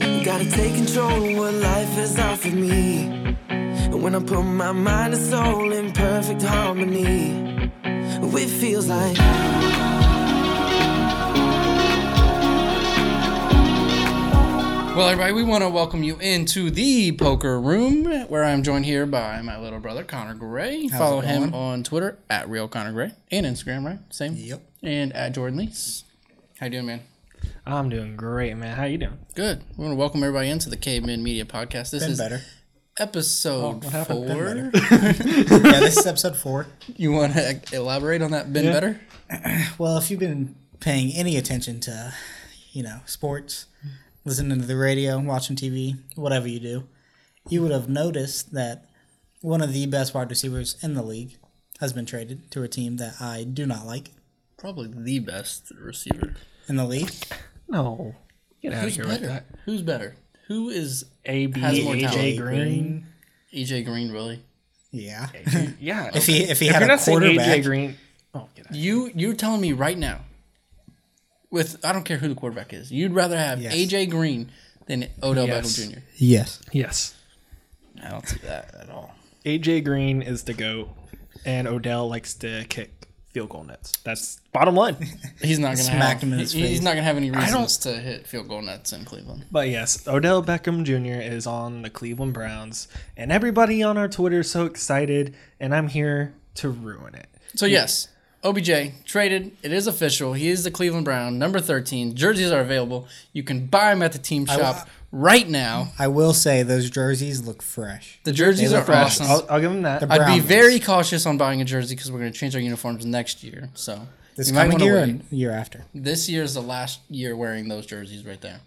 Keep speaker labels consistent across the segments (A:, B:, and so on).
A: Gotta take control of what life has offered me. And when I put my mind and soul in perfect harmony, it feels like.
B: Well, everybody, we want to welcome you into the poker room where I'm joined here by my little brother, Connor Gray. Follow him on Twitter at Real Connor Gray and Instagram, right? Same?
C: Yep.
B: And at Jordan Lees. How you doing, man?
D: I'm doing great, man. How you doing?
B: Good. We want to welcome everybody into the Caveman Media Podcast. This is
C: better. Oh,
B: episode
D: happened?
B: four.
C: yeah, this is episode four.
B: You want to elaborate on that? Been better?
C: Well, if you've been paying any attention to, you know, sports, listening to the radio, watching TV, whatever you do, you would have noticed that one of the best wide receivers in the league has been traded to a team that I do not like
B: Probably the best receiver.
C: in the league.
D: No. Get out of
B: Who's
D: here with
B: better?
D: that.
B: Who's better? Who is
D: A B
B: Has more
D: AJ
B: talent.
D: Green.
B: EJ Green really?
C: Yeah.
D: Yeah.
C: If he if he
D: If
C: had
D: you're
C: a
D: not saying AJ
C: quarterback,
D: Green. Oh, get out.
B: You you're telling me right now, with I don't care who the quarterback is, you'd rather have
C: Yes.
B: AJ Green than Odell
D: Yes.
B: Beckham Jr.
C: yes,
D: Yes.
B: I don't see that at all.
D: AJ Green is the goat, and Odell likes to kick field goal nets. That's bottom line.
B: He's not gonna
C: Smacked
B: have,
C: him in his
B: he- he's
C: face.
B: not gonna have any
D: don't-
B: reasons to hit field goal nuts in Cleveland.
D: But yes, Odell Beckham Jr. is on the Cleveland Browns, and everybody on our Twitter is so excited, and I'm here to ruin it.
B: So yes, OBJ traded. It is official. He is the Cleveland Brown, number thirteen. Jerseys are available. You can buy them at the team shop right now.
C: I will say those jerseys look fresh.
B: The jerseys
C: look
B: are
C: fresh.
B: awesome.
D: I'll, I'll give him that.
C: The
B: I'd
C: Brown
B: be
C: ones.
B: very cautious on buying a jersey because we're going to change our uniforms next year. So
C: This
B: you might
C: coming
B: wanna
C: year
B: wait.
C: and year after.
B: This year is the last year wearing those jerseys right there.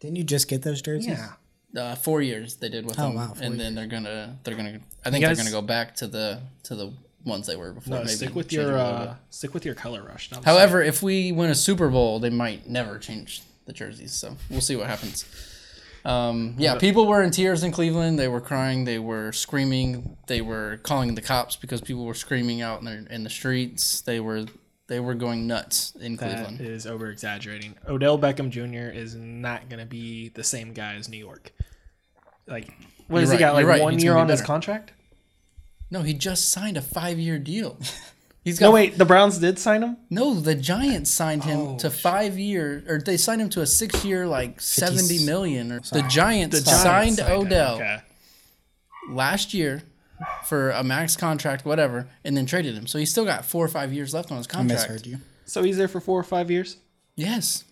C: Didn't you just get those jerseys?
D: yeah.
B: Uh, four years they did with them,
C: Oh, wow, four
B: and then they're gonna they're gonna I think
D: guys-
B: they're gonna go back to the to the ones they were before.
D: No,
B: maybe
D: stick with
B: change
D: your
B: it a little
D: uh,
B: bit.
D: stick with your color rush. Not
B: However, if we win a Super Bowl, they might never change the jerseys. So we'll see what happens. Um, yeah, people were in tears in Cleveland. They were crying. They were screaming. They were calling the cops because people were screaming out in the, in the streets. They were they were going nuts in Cleveland.
D: that is over exaggerating. Odell Beckham Jr. is not going to be the same guy as New York. Like, what has
B: You're
D: he
B: right,
D: got? Like
B: you're right,
D: one
B: he's
D: year
B: gonna be
D: on his
B: better.
D: contract?
B: No, he just signed a five year deal. He's got
D: No, wait. The Browns did sign him.
B: No, the Giants signed him
C: Oh,
B: to five year, or they signed him to a six year, like seventy million. Or the Giants signed, Odell
D: Okay.
B: last year for a max contract, whatever, and then traded him. So he's still got four or five years left on his
C: I
B: contract.
C: misheard you.
D: So he's there for four or five years.
B: Yes,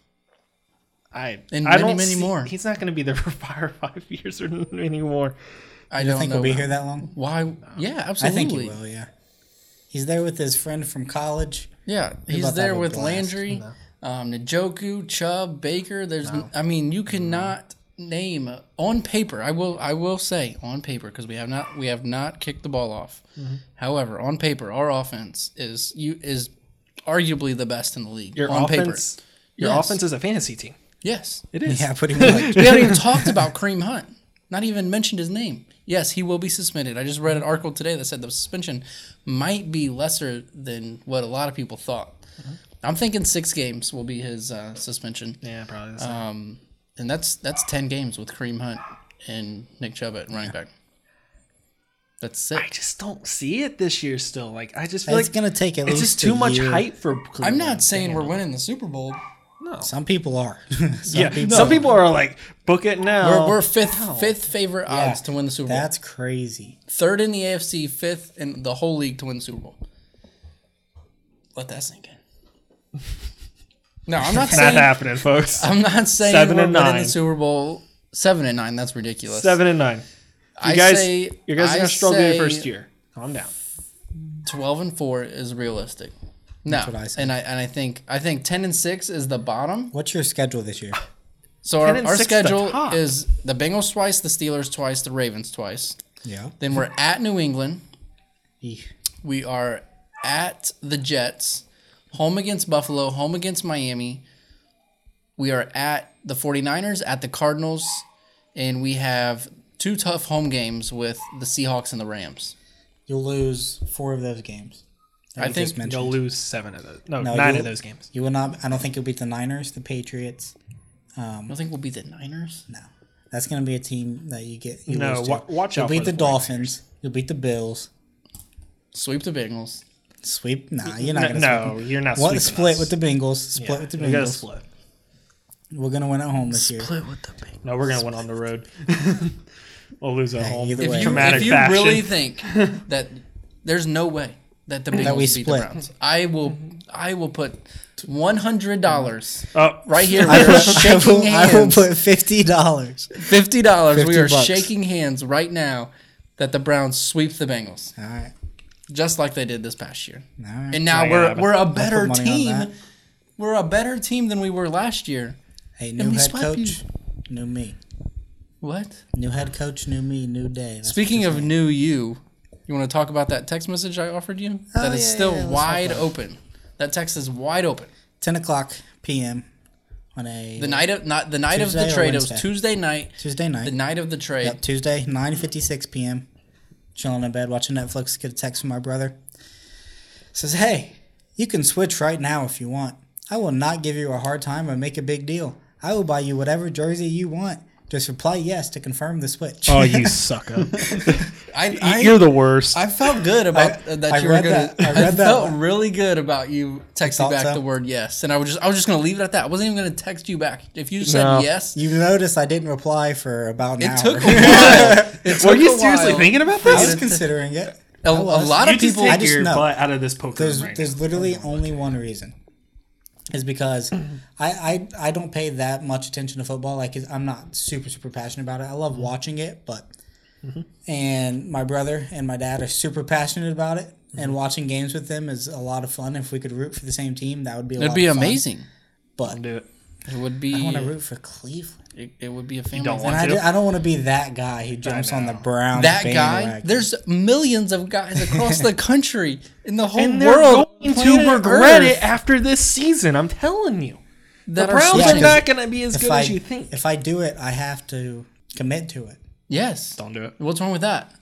D: I
B: And
D: I
B: many,
D: don't
B: many
D: see-
B: more.
D: He's not going to be there for five or five years or many more.
B: I
C: You
B: don't
C: think
B: know
C: we'll be here that long?
B: why. Yeah,
C: I think he
B: absolutely.
C: will. Yeah, he's there with his friend from college.
B: Yeah,
C: about
B: he's
C: to
B: there
C: have a
B: with
C: blast.
B: Landry, um, Njoku, Chubb, Baker. There's, I mean, you
C: Mm-hmm.
B: cannot name uh, on paper. I will, I will say on paper because we have not, we have not kicked the ball off.
C: Mm-hmm.
B: However, on paper, our offense is you is arguably the best in the league.
D: Your
B: on
D: offense.
B: paper,
D: Your
B: Yes.
D: offense is a fantasy team.
B: yes.
D: It is.
C: Yeah, pretty much.
B: We haven't even talked about Kareem Hunt. Not even mentioned his name. Yes, he will be suspended. I just read an article today that said the suspension might be lesser than what a lot of people thought.
D: Mm-hmm.
B: I'm thinking six games will be his uh, suspension,
D: Yeah, probably. is.
B: um, and that's that's ten games with Kareem Hunt and Nick Chubb at running back. That's
D: I
B: it.
D: just don't see it this year. Still, like I just feel
C: it's
D: like
C: gonna take at
D: it's
C: least
D: just too
C: a
D: much
C: year.
D: hype for.
B: I'm
D: Cleveland.
B: not saying we're winning the Super Bowl.
C: Some people are. Some
D: yeah, some people are like, book it now.
B: We're, we're fifth fifth favorite
C: Yeah.
B: odds to win the Super Bowl.
C: That's crazy.
B: third in the AFC, fifth in the whole league to win the Super Bowl. Let that sink in. No, I'm not
D: not
B: saying
D: happening, folks.
B: I'm not saying
D: Seven
B: we're
D: and
B: winning
D: nine.
B: the Super Bowl. Seven and nine, that's ridiculous.
D: Seven and nine. You
B: I
D: guys,
B: say-
D: you guys are
B: I
D: gonna struggle your
B: say
D: first year. Calm down.
B: Twelve and four is realistic. No,
C: what I say.
B: and I and I think I think ten and six is the bottom.
C: What's your schedule this year?
B: So our,
D: and
B: our
D: six the
B: schedule
D: top.
B: is the Bengals twice, the Steelers twice, the Ravens twice.
C: Yeah.
B: Then
D: Hmm.
B: we're at New England. We are at the Jets, home against Buffalo, home against Miami. We are at the 49ers, at the Cardinals, and we have two tough home games with the Seahawks and the Rams.
C: You'll lose four of those games. that
B: I
C: you
B: think
C: mentioned.
D: You'll lose seven of those. No,
C: No,
D: nine
C: you'll-
D: of those games.
C: You will not. I don't think you'll beat the Niners, the Patriots,
B: You don't think we'll beat the Niners?
C: No, that's going to be a team that you get. You
D: No,
C: lose to.
D: wa- watch
C: You'll
D: out
C: beat
D: for
C: the
D: the 49ers.
C: Dolphins. You'll beat the Bills.
B: Sweep the Bengals.
C: Sweep? Nah, you're not
D: No,
C: going to.
D: no, you're not.
C: What
D: sweeping
C: split
D: us.
C: with the Bengals? Split
D: Yeah,
C: with the
D: we gotta
C: Bengals.
D: split.
C: We're gonna win at home this year.
B: Play with the Bengals.
D: No, we're gonna win on the road. we'll lose at home.
C: either
B: If
C: way.
B: you,
D: Traumatic
B: if you
D: fashion.
B: really think that there's no way that the Bengals
C: we
B: beat the
C: split.
B: Browns, I will I will put one hundred dollars
D: Oh,
B: right here. We
C: I will,
B: are
C: I,
B: shaking
C: will, I will
B: hands.
C: put fifty dollars.
B: Fifty dollars. We
C: 50
B: are
C: bucks.
B: shaking hands right now that the Browns sweep the Bengals,
C: All right,
B: just like they did this past year.
C: all right.
B: And now
D: Ain't
B: we're
D: happening.
B: we're a
C: put
B: better
C: money on that.
B: team. We're a better team than we were last year.
C: hey, new
B: we
C: head
B: swept you.
C: coach, new me.
B: What?
C: New head coach, new me, new day. That's
B: Speaking of new you, you want to talk about that text message I offered you? that is
C: Oh, yeah,
B: still
C: yeah, let's talk
B: wide
C: about it.
B: open. That text is wide open.
C: ten o'clock p.m. on a
B: The night of not the night of
C: Tuesday
B: the
C: or
B: trade. It was
C: Wednesday?
B: Tuesday night.
C: Tuesday night.
B: The night of the trade.
C: Yep, Tuesday, 9.56 p.m. Chilling in bed, watching Netflix, get a text from my brother. Says, hey, you can switch right now if you want. I will not give you a hard time or make a big deal. I will buy you whatever jersey you want. Just reply yes to confirm the switch.
D: Oh, you suck up.
B: I, I
D: You're the worst.
B: I felt good about
C: I-
B: that
C: I
B: you were
C: read
B: gonna.
C: that- I
B: I,
C: read that
B: felt
C: one.
B: really good about you texting
C: thought
B: back
C: so?
B: the word yes, and I was just I was just gonna leave it at that. I wasn't even gonna text you back if you said
D: No.
B: yes.
C: You notice I didn't reply for about an
B: it
C: hour.
B: took a while. It
D: Were
B: took
D: you
B: a
D: seriously
B: while.
D: thinking about
C: I
D: this?
C: was considering it.
B: A, a
C: was.
B: lot
D: You
B: of
D: just
B: people.
D: take
C: I just
D: your
C: know.
D: butt out of this poker
C: There's,
D: room right
C: there's literally only one reason. Is because I, I I don't pay that much attention to football. Like I'm not super super passionate about it. I
D: Mm-hmm.
C: love watching it, but and my brother and my dad are super passionate about it.
D: Mm-hmm.
C: And watching games with them is a lot of fun. If we could root for the same team, that would be a
B: It'd
C: lot
B: be
C: of fun.
B: amazing.
C: But
D: now. Do it.
B: It would
C: I want to
B: be.
C: root for Cleveland.
B: It, it would be a family.
D: don't
B: thing.
C: And
D: want
C: I,
D: to?
C: do, I don't want to be that guy who jumps on the
D: know.
C: Browns.
B: that guy.
C: bandwagon.
B: There's millions of guys across the country in the whole
D: And they're
B: world
D: going
B: planet
D: to regret
B: Earth,
D: it after this season. I'm telling you. The
B: that are
D: Browns
B: such
D: are
B: a-
C: saying-
D: not going to be as
C: if
D: good
C: I
D: as you think.
C: if I do it, I have to commit to it.
B: Yes.
D: Don't do it.
B: What's wrong with that?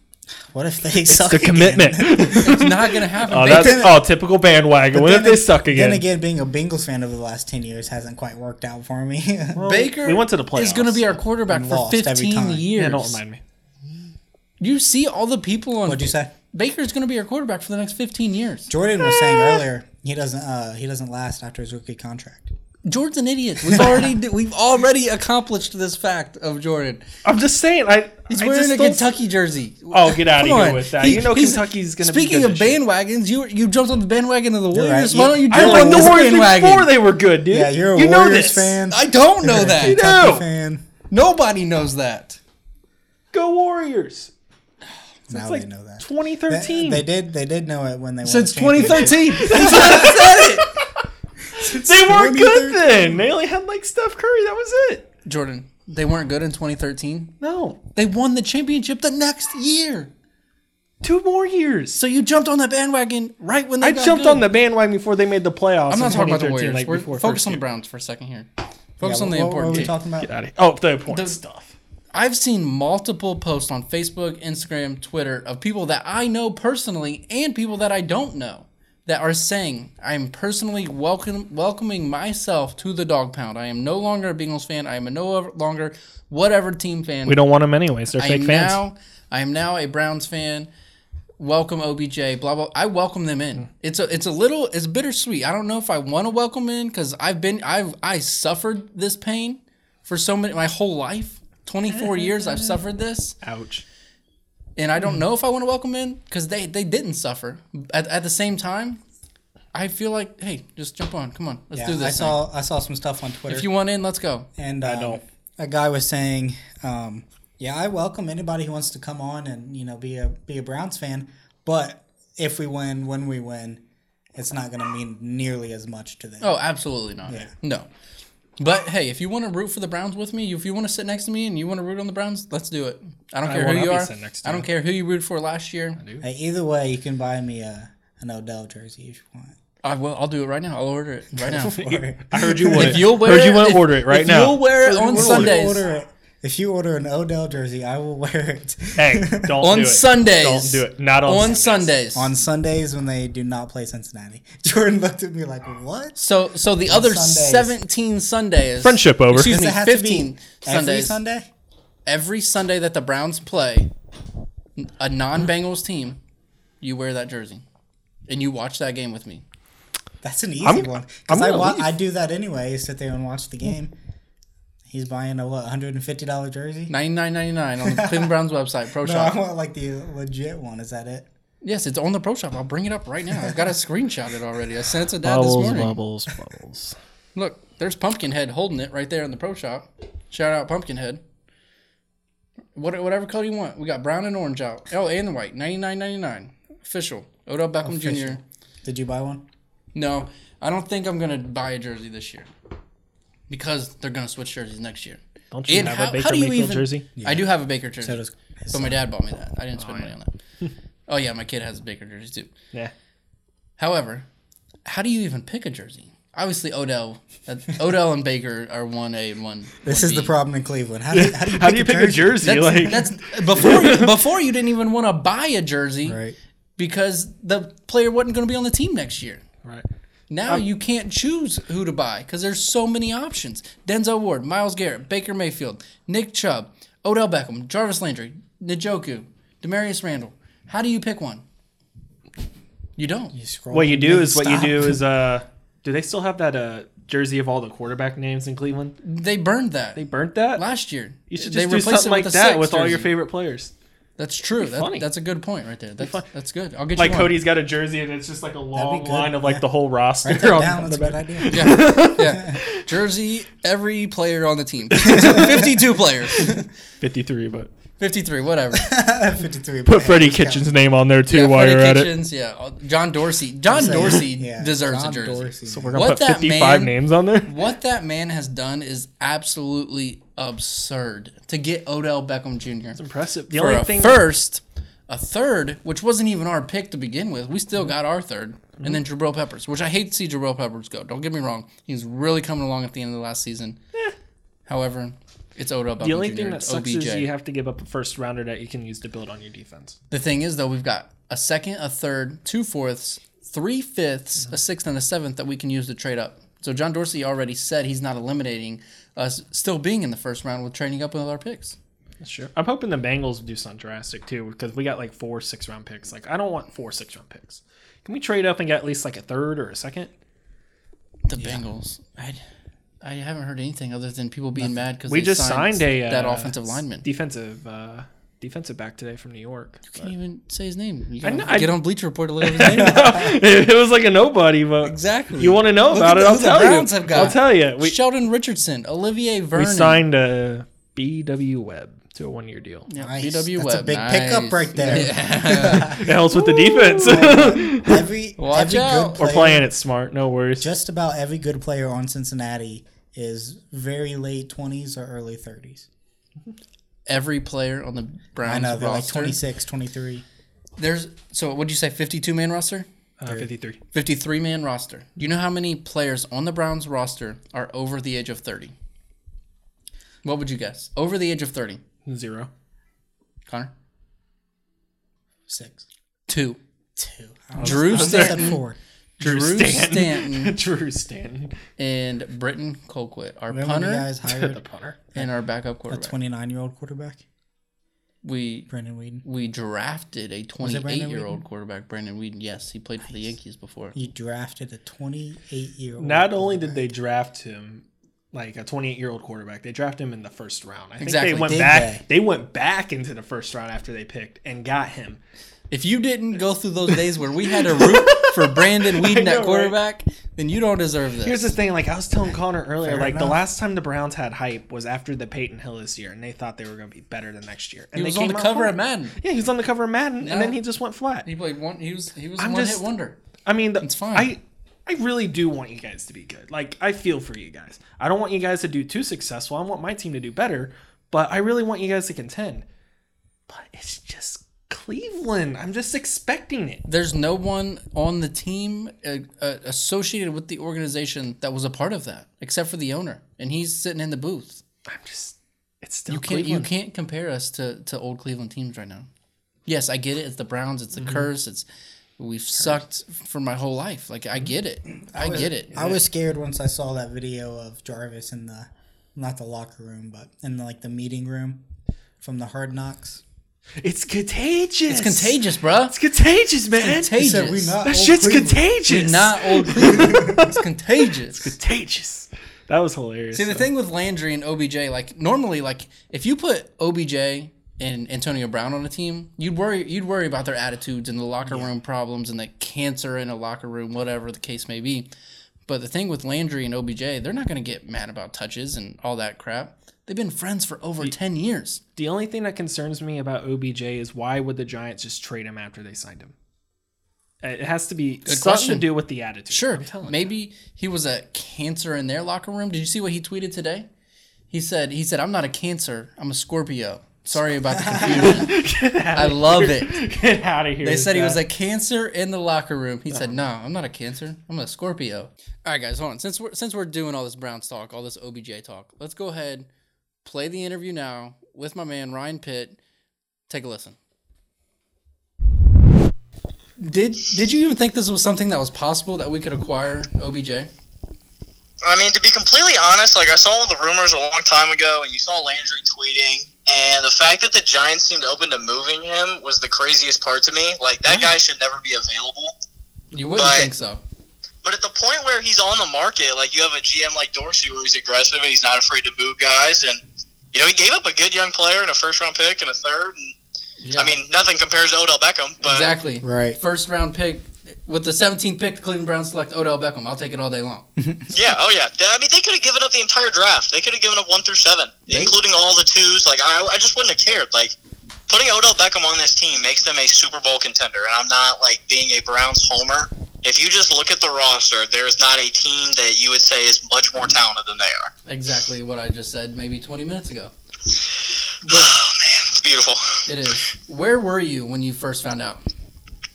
C: What if they suck?
D: The
C: again?
D: commitment.
B: It's not gonna happen.
D: oh,
B: baby.
D: that's
C: then-
D: oh, typical bandwagon. What if
C: Then
D: they
C: ag-
D: suck again?
C: Then again, being a Bengals fan over the last ten years hasn't quite worked out for me.
B: Baker
D: We went to the
B: is going to
D: playoffs
B: be our quarterback
C: and
B: for
C: lost every
B: 15
C: time.
B: years.
D: yeah, don't remind me.
B: You see all the people on.
C: What'd you say?
B: Baker's going to be our quarterback for the next 15 years.
C: Jordan was saying earlier he doesn't uh, he doesn't last after his rookie contract.
B: Jordan's an idiot. We've already we've already accomplished this fact of Jordan.
D: I'm just saying. I
B: He's
D: I
B: wearing
D: just
B: a
D: don't-
B: Kentucky jersey.
D: Oh, get out of
B: Come
D: here
B: on.
D: with that.
B: He-
D: you know
B: he's-
D: Kentucky's going to be
B: Speaking
D: good
B: of
D: this year.
B: bandwagons, you you jumped on the bandwagon of the Warriors.
C: right.
B: Why
C: You-
B: don't you
D: I
B: jump
D: won
B: on
D: the
B: this
D: Warriors before
B: bandwagon?
D: they were good, dude.
C: Yeah, you're a
D: you know
C: Warriors
D: this.
C: fan.
B: I don't know
C: You're a
B: that.
C: Kentucky
D: No.
C: fan.
B: Nobody knows that.
D: Go Warriors.
C: Now
D: It's like
C: they know that.
D: 2013.
C: They, they did. They did know it when they
B: Since
C: won the championship.
B: 2013. That's what I said.
D: They weren't
C: 2013.
D: good then. They only had like Steph Curry. That was it.
B: Jordan, they weren't good in 2013.
D: No,
B: They won the championship the next year.
D: two more years.
B: So you jumped on the bandwagon right when they
D: I
B: got
D: jumped
B: good.
D: on the bandwagon before they made the playoffs.
B: I'm not
D: in
B: talking about the
D: 2013,
B: Warriors.
D: Like
B: We're
D: before
B: focus
D: first
B: on the
D: year.
B: Browns for a second here. Focus
C: Yeah,
B: on the
C: what-
B: important.
C: What were we
B: team.
C: talking about?
D: Get out of here. Oh, the important
B: The-
D: stuff.
B: I've seen multiple posts on Facebook, Instagram, Twitter of people that I know personally and people that I don't know that are saying, I'm personally welcome, welcoming myself to the dog pound. I am no longer a Bengals fan. I am no longer whatever team fan.
D: We don't want them anyways. They're
B: I
D: fake
B: am
D: fans.
B: now I am now a Browns fan. Welcome OBJ, blah blah. I welcome them in.
C: Mm.
B: It's a it's a little it's bittersweet. I don't know if I want to welcome in because I've been I've I suffered this pain for so many my whole life. Twenty four years I've suffered this,
D: Ouch.
B: and I don't know if I want to welcome in because they they didn't suffer. At, at the same time, I feel like hey, just jump on, come on, let's do
C: Yeah,
B: this.
C: I
B: thing.
C: saw I saw some stuff on Twitter.
B: If you want in, let's go.
C: and um,
D: don't.
C: A guy was saying, um, "Yeah, I welcome anybody who wants to come on and you know be a be a Browns fan, but if we win, when we win, it's not going to mean nearly as much to them."
B: Oh, absolutely not. No. But hey, if you want to root for the Browns with me, if you want to sit next to me and you want to root on the Browns, let's do it. I don't care
D: will
B: who
D: not
B: you
D: be
B: are.
D: sitting next to
B: I don't
D: you.
B: care who you rooted for last year.
C: Hey, either way, you can buy me a an Odell jersey if you want.
B: I, will. I'll do it right now. I'll order it right now.
C: Or-
D: I heard you would.
B: If you'll wear
D: heard you
B: it,
D: want
B: if-
D: to order it right
B: if
D: now.
B: You'll wear it on
C: Order
B: Sundays.
C: it. If you order an Odell jersey, I will wear it.
E: Hey, don't
B: On
E: do it. Don't
B: Sundays.
E: do it. Not on,
B: on
E: Sundays.
B: Sundays.
C: On Sundays when they do not play Cincinnati, Jordan looked at me like, "What?"
B: so so the other
C: Sundays.
B: 17 Sundays.
E: Friendship over.
B: Excuse
C: Does
B: me,
C: it have to be
B: 15
C: Every
B: Sundays.
C: Sunday.
B: Every Sunday that the Browns play a non-Bengals team, you wear that jersey and you watch that game with me.
C: That's an easy
E: I'm-
C: one
E: I'm
C: because I
E: gonna
C: wa-
E: leave.
C: I do that anyway. Sit there and watch the game. He's buying a what, hundred and fifty dollar jersey.
B: 99.99 on the Cleveland Browns website, Pro
C: No,
B: Shop.
C: I want like the legit one. Is that it?
B: yes, it's on the Pro Shop. I'll bring it up right now. I've got a screenshot it already. I sent it to Dad this
D: Bubbles,
B: morning.
D: bubbles, bubbles.
B: Look, there's Pumpkinhead holding it right there in the pro shop. Shout out Pumpkinhead. What, whatever color you want. We got brown and orange out. Oh, and the white. Ninety nine ninety nine. Official. Odell Beckham
C: Official.
B: Jr.
C: Did you buy one?
B: No, I don't think I'm gonna buy a jersey this year because they're gonna switch jerseys next year.
E: Don't you
B: And
E: have
B: how-
E: a
B: how
E: Baker
B: do you
E: Mayfield
B: even-
E: jersey?
B: I do have a Baker jersey,
C: So does his
B: but my dad bought me that. I didn't spend money on that. oh yeah, my kid has a Baker jersey too.
E: Yeah.
B: However, how do you even pick a jersey? Obviously, Odell, that- Odell and Baker are one A and one.
C: This is the problem in Cleveland. How do you, how do you,
E: How do you pick a jersey?
B: That's,
E: like
B: that's before you, before you didn't even want to buy a jersey
C: Right.
B: because the player wasn't going to be on the team next year.
D: Right.
B: Now
D: Um,
B: you can't choose who to buy because there's so many options: Denzel Ward, Miles Garrett, Baker Mayfield, Nick Chubb, Odell Beckham, Jarvis Landry, Njoku, Demarius Randall. How do you pick one? You don't.
C: Scroll
D: What you
C: and
D: do
C: then
D: is what you
C: stop.
D: do is uh, do they still have that uh jersey of all the quarterback names in Cleveland?
B: They burned that
D: They burnt that.
B: last year.
D: you should
B: They
D: just do
B: replaced it
D: something like
B: a
D: that
B: six
D: with all your
B: jersey.
D: favorite players.
B: That's true. That-
D: funny.
B: that's a good point right there. That's,
D: fun-
B: that's good. I'll get
D: Like
B: you one.
D: Cody's got a jersey and it's just like a long
C: good,
D: line of like
C: yeah.
D: the whole roster.
C: Write that
D: on-
C: down.
D: on
C: That's
D: the
C: a good
D: back.
C: idea.
B: Yeah, yeah. Jersey, every player on the team. 52 players.
E: 53, but
B: 53, whatever.
C: 53
E: put
C: points.
E: Freddie Kitchen's name on there too
B: Yeah,
E: while
B: Freddie
E: you're at it.
B: Kitchens, yeah. all- John Dorsey. John Dorsey
C: Yeah,
B: deserves
C: John
B: a jersey.
C: Dorsey.
D: So we're gonna
E: I'll
B: What
E: put
B: that
E: 55
B: man-
E: names on there.
B: What that man has done is absolutely absurd. To get Odell Beckham Jr.
D: Impressive. The
B: for
D: only
B: a
D: thing
B: first, a third, which wasn't even our pick to begin with. We still got our 3rd
D: Mm-hmm.
B: and then Jabril Peppers, which I hate to see Jabril Peppers go. Don't get me wrong, he's really coming along at the end of the last season. However, it's Odell Beckham
D: Eh. the only
B: Jr.
D: thing that
B: it's
D: sucks
B: OBJ.
D: is you have to give up a first rounder that you can use to build on your defense.
B: the thing is though, we've got a second, a third, two fourths, three fifths, a sixth, and a seventh that we can use to trade up. So John Dorsey already said he's not eliminating us still being in the first round with trading up with our picks.
D: Sure. I'm hoping the Bengals do something drastic too, because we got like four six round picks. Like I don't want four six round picks. Can we trade up and get at least like a third or a second?
B: The Bengals. I, I haven't heard anything other than people being mad because
D: We just signed a,
B: that
D: uh,
B: offensive lineman. You
D: Defensive uh defensive back today from New York.
B: can't even say his name. You
D: I
B: gotta
D: know- I-
B: get on Bleacher Report to look up his name.
D: it was like a nobody, but
B: Exactly.
D: You want to know
B: Look
D: about
B: at
D: it?
B: the-
D: I'll
B: who the
D: tell
B: Browns
D: you.
B: have got.
D: I'll tell you. We,
B: Sheldon Richardson, Olivier
D: we
B: Vernon.
D: signed a BW Webb to a one year deal.
B: Yeah,
C: Nice.
B: BW
C: That's a
B: Webb.
C: big pickup
B: Nice.
C: right there.
B: Yeah.
D: It helps with the defense.
C: Every,
B: Watch
C: every
B: out.
C: good
D: We're
C: player,
D: playing it smart. No worries.
C: Just about every good player on Cincinnati is very late 20s or early 30s.
B: Every player on the Browns
C: I know, they're like
B: roster.
C: 26, 23.
B: There's so what do you say? Fifty-two man roster.
D: Uh, 53.
B: 53 man roster. Do you know how many players on the Browns roster are over the age of 30? What would you guess? Over the age of 30.
D: Zero.
B: Connor?
C: Six.
B: Two.
C: Two. I was-
B: Drew
C: I was gonna say
B: Stanton.
C: Four.
D: Drew
B: Stanton.
D: Drew Stanton.
B: And Britton Colquitt, our
C: Remember when
B: punter
C: you guys hired
D: punter.
B: and our backup
C: a
B: quarterback.
C: 29 year old quarterback,
B: we
C: Brandon Whedon?
B: we drafted a
C: it Brandon
B: 28 year
C: Whedon?
B: old quarterback, Brandon Whedon. Yes, he played for the Yankees before.
C: You drafted a 28 year old.
D: Not only did they draft him like a 28 year old quarterback, they drafted him in the first round. I think
B: Exactly.
D: they went
C: Did
D: back. They? went back into the first round after they picked and got him.
B: If you didn't go through those days where we had a root for Brandon Whedon
D: know,
B: at
D: right?
B: quarterback, then you don't deserve this.
D: Here's the thing, like I was telling Connor earlier,
C: Fair
D: like the
C: enough.
D: last time the Browns had hype was after the Peyton Hillis year, and they thought they were going to be better the next year. And
B: he
D: they
B: was on the
D: came out
B: cover
D: flat.
B: of Madden.
D: Yeah, he was on the cover of Madden,
B: Yeah.
D: and then he just went flat.
B: He played one. He was he was
D: I'm
B: one
D: just-
B: hit wonder.
D: I mean, the,
B: It's fine.
D: I I really do want you guys to be good. Like I feel for you guys. I don't want you guys to do too successful. I want my team to do better, but I really want you guys to contend. But it's just Cleveland. I'm just expecting it.
B: There's no one on the team uh, uh, associated with the organization that was a part of that, except for the owner, and he's sitting in the booth.
D: I'm just It's still
B: You can't
D: Cleveland.
B: you can't compare us to to old Cleveland teams right now. Yes, I get it. It's the Browns. It's the
D: Mm-hmm.
B: curse. It's we've sucked for my whole life. Like I get it. I get it.
C: I was scared once I saw that video of Jarvis in the not the locker room, but in the, like the meeting room from the Hard Knocks.
D: It's contagious.
B: It's contagious, bruh.
D: It's contagious, man.
C: He
B: Contagious.
C: said, "We not
D: That
C: old
D: shit's
C: Cleveland."
D: contagious.
B: Not old Cleveland. it's contagious.
D: contagious.
E: That was hilarious.
B: See the thing with Landry and OBJ, like normally, like if you put OBJ and Antonio Brown on a team, you'd worry you'd worry about their attitudes and the locker room problems and the cancer in a locker room, whatever the case may be. But the thing with Landry and OBJ, they're not going to get mad about touches and all that crap. They've been friends for over ten years.
D: The only thing that concerns me about OBJ is why would the Giants just trade him after they signed him?
E: Uh,
D: It has to be something
B: question.
D: to do with the attitude.
B: Sure,
D: I'm telling you.
B: maybe he was a cancer in their locker room. Did you see what he tweeted today? He said, "He said I'm not a cancer. I'm a Scorpio." Sorry about the confusion. I love it.
E: Get out of here.
B: They
E: with
B: said he
E: that.
B: was a cancer in the locker room. He said, "No, I'm not a cancer. I'm a Scorpio." All right, guys, hold on. Since we're since we're doing all this Browns talk, all this OBJ talk, let's go ahead play the interview now with my man Ryan Pitt. Take a listen. Did did you even think this was something that was possible that we could acquire OBJ?
F: I mean, to be completely honest, like I saw all the rumors a long time ago, and you saw Landry tweeting, and the fact that the Giants seemed open to moving him was the craziest part to me. Like that guy should never be available.
B: You wouldn't
F: Right.
B: think so.
F: But at the point where he's on the market, like you have a GM like Dorsey, where he's aggressive and he's not afraid to move guys, and you know he gave up a good young player and a first round pick and a third. And
B: Yeah.
F: I mean, nothing compares to Odell Beckham, but
B: exactly.
C: Right.
B: First round pick with the 17th pick, the Cleveland Browns select Odell Beckham. I'll take it all day long.
F: yeah, oh yeah. I mean, they could have given up the entire draft. They could have given up one through seven, including all the twos. Like I, I just wouldn't have cared. Like putting Odell Beckham on this team makes them a Super Bowl contender, and I'm not like being a Browns homer. If you just look at the roster, there is not a team that you would say is much more talented than they are.
B: exactly what I just said maybe 20 minutes ago.
F: Oh man, it's beautiful.
B: It is. Where were you when you first found out?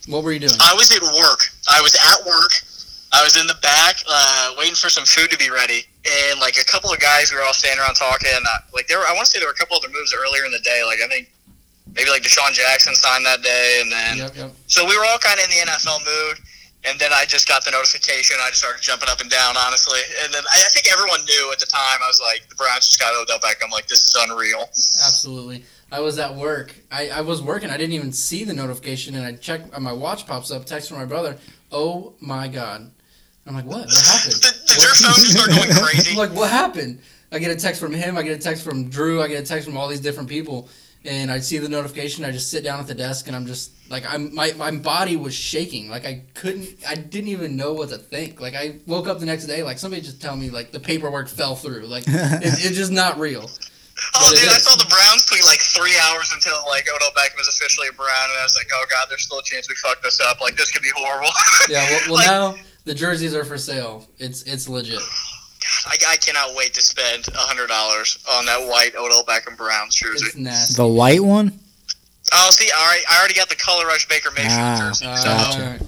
B: What were you doing?
F: I was at work. I was at work. I was in the back uh, waiting for some food to be ready, and like a couple of guys we were all standing around talking. Uh, like there, were, I want to say there were a couple other moves earlier in the day. Like I think maybe like Deshaun Jackson signed that day, and then
B: Yep, yep.
F: so we were all kind of in the NFL mood. And then I just got the notification. I just started jumping up and down, honestly. And then I, I think everyone knew at the time. I was like, the Browns just got Odell Beckham. Like this is unreal.
B: Absolutely. I was at work. I, I was working. I didn't even see the notification, and I checked. and My watch pops up. Text from my brother. Oh my god! I'm like, what? What happened?
F: The, the, their phone just started going crazy.
B: I'm like, what happened? I get a text from him. I get a text from Drew. I get a text from all these different people, and I see the notification. I just sit down at the desk, and I'm just like, I'm my my body was shaking. Like I couldn't. I didn't even know what to think. Like I woke up the next day. Like somebody just tell me like the paperwork fell through. Like it, it's just not real.
F: Oh,
B: But it
F: dude, I
B: is.
F: saw the Browns tweet like three hours until like Odell Beckham was officially a Brown, and I was like, oh god, there's still a chance we fucked this up. Like this could be horrible.
B: Yeah. Well, well
F: Like-
B: now the jerseys are for sale. It's it's legit.
F: I, I cannot wait to spend a hundred dollars on that white Odell Beckham Browns jersey.
B: It's nasty.
C: The white one?
F: Oh, see, all right, I already got the color rush Baker Mayfield
C: Ah.
F: jersey,
B: Uh,
F: so,
C: Gotcha.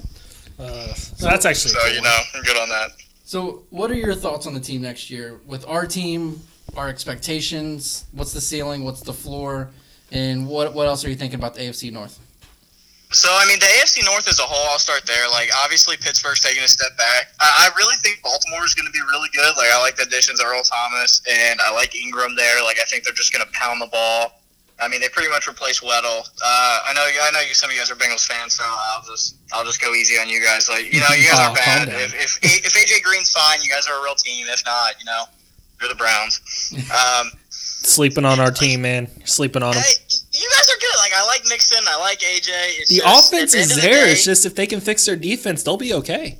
E: Uh, so that's actually.
F: so you know I'm good on that.
B: So, what are your thoughts on the team next year? With our team, our expectations, what's the ceiling, what's the floor, and what what else are you thinking about the AFC North?
F: So I mean, the AFC North as a whole, I'll start there. Like obviously, Pittsburgh's taking a step back. I, I really think Baltimore is going to be really good. Like I like the additions of Earl Thomas and I like Ingram there. Like I think they're just going to pound the ball. I mean, they pretty much replaced Weddle. Uh, I know, I know you. Some of you guys are Bengals fans, so I'll just, I'll just go easy on you guys. Like you know, you guys
B: Aw,
E: Oh,
F: are
B: calm
F: bad.
B: down.
F: If, if if AJ Green's fine, you guys are a real team. If not, you know, you're the Browns. Um,
E: Sleeping on our team, man. Sleeping on them.
F: hey, you guys are good. Like I like Mixon. I like AJ. It's
E: The
F: just- at
E: offense
F: the end
E: is
F: of the
E: there.
F: day-
E: it's just if they can fix their defense, they'll be okay.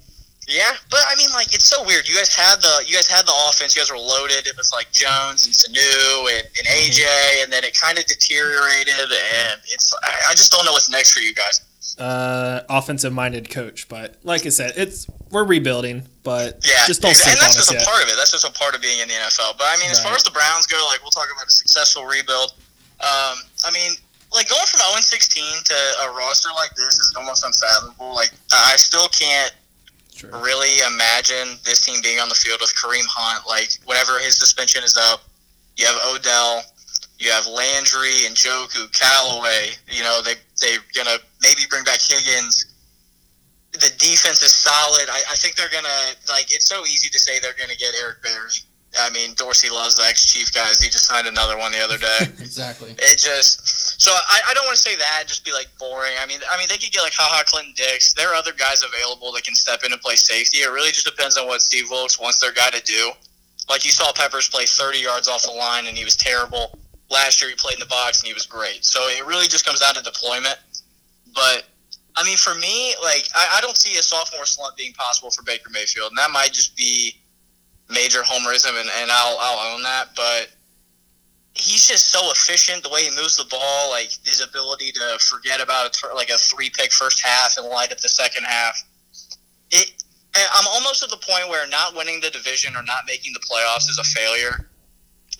F: Yeah, but I mean, like, it's so weird. You guys had the you guys had the offense. You guys were loaded. It was like Jones and Sanu and, and
E: Mm-hmm.
F: AJ, and then it kind of deteriorated. And it's I, I just don't know what's next for you guys.
E: Uh, offensive-minded coach, but like I said, it's we're rebuilding, but
F: Yeah,
E: just don't
F: and,
E: sleep
F: and
E: on
F: that's
E: us
F: just a
E: yet.
F: part of it. That's just a part of being in the NFL. But I mean, as far
E: Right.
F: as the Browns go, like we'll talk about a successful rebuild. Um, I mean, like going from 0 and 16 to a roster like this is almost unfathomable. Like I I still can't
E: Sure.
F: really imagine this team being on the field with Kareem Hunt. Like whenever his suspension is up, you have Odell. You have Landry and Joku, Callaway. You know they they're gonna maybe bring back Higgins. The defense is solid. I, I think they're gonna like. It's so easy to say they're gonna get Eric Berry. I mean, Dorsey loves the ex-Chief guys. He just signed another one the other day.
B: Exactly.
F: It just so I, I don't want to say that just be like boring. I mean I mean they could get like haha Clinton Dix. There are other guys available that can step in and play safety. It really just depends on what Steve Wilkes wants their guy to do. Like you saw Peppers play 30 yards off the line and he was terrible. Last year he played in the box and he was great. So it really just comes down to deployment. But I mean for me like I, I don't see a sophomore slump being possible for Baker Mayfield and that might just be major homerism and, and I'll I'll own that but he's just so efficient the way he moves the ball like his ability to forget about a tur like a three pick first half and light up the second half it and i'm almost at the point where not winning the division or not making the playoffs is a failure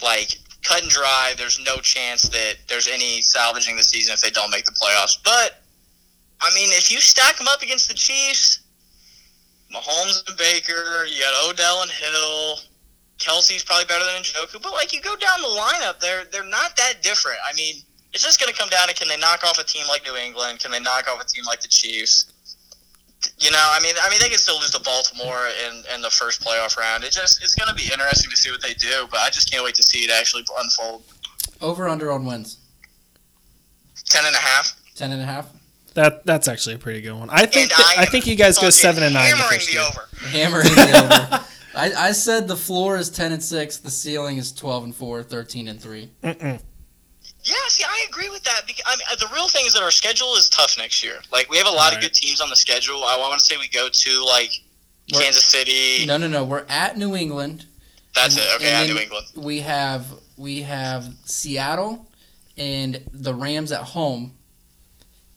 F: like cut and dry there's no chance that there's any salvaging the season if they don't make the playoffs but i mean if you stack them up against the chiefs mahomes and baker you got odell and hill Kelsey's probably better than Njoku, but like you go down the lineup, they're they're not that different. I mean, it's just going to come down to can they knock off a team like New England? Can they knock off a team like the Chiefs? You know, I mean, I mean they can still lose to Baltimore in in the first playoff round. It just it's going to be interesting to see what they do, but I just can't wait to see it actually unfold.
B: Over under on wins.
F: Ten and a half.
B: Ten and a half.
E: That that's actually a pretty good one. I think
F: And
E: that,
F: I
E: I think you guys go
F: fucking
E: seven and nine. The
F: Hammering
E: first
F: the
E: year.
F: over.
B: Hammering it over. I, I said the floor is 10 and 6, the ceiling is 12 and 4, 13 and 3.
F: Yeah, see, I agree with that. Because I mean, uh, the real thing is that our schedule is tough next year. Like we have a lot of
E: Right.
F: good teams on the schedule. I want to say we go to like
B: We're-
F: Kansas City.
B: No, no, no. We're at New England.
F: That's
B: And-
F: it.
B: and
F: Okay, yeah,
B: then
F: New England.
B: We have we have Seattle and the Rams at home.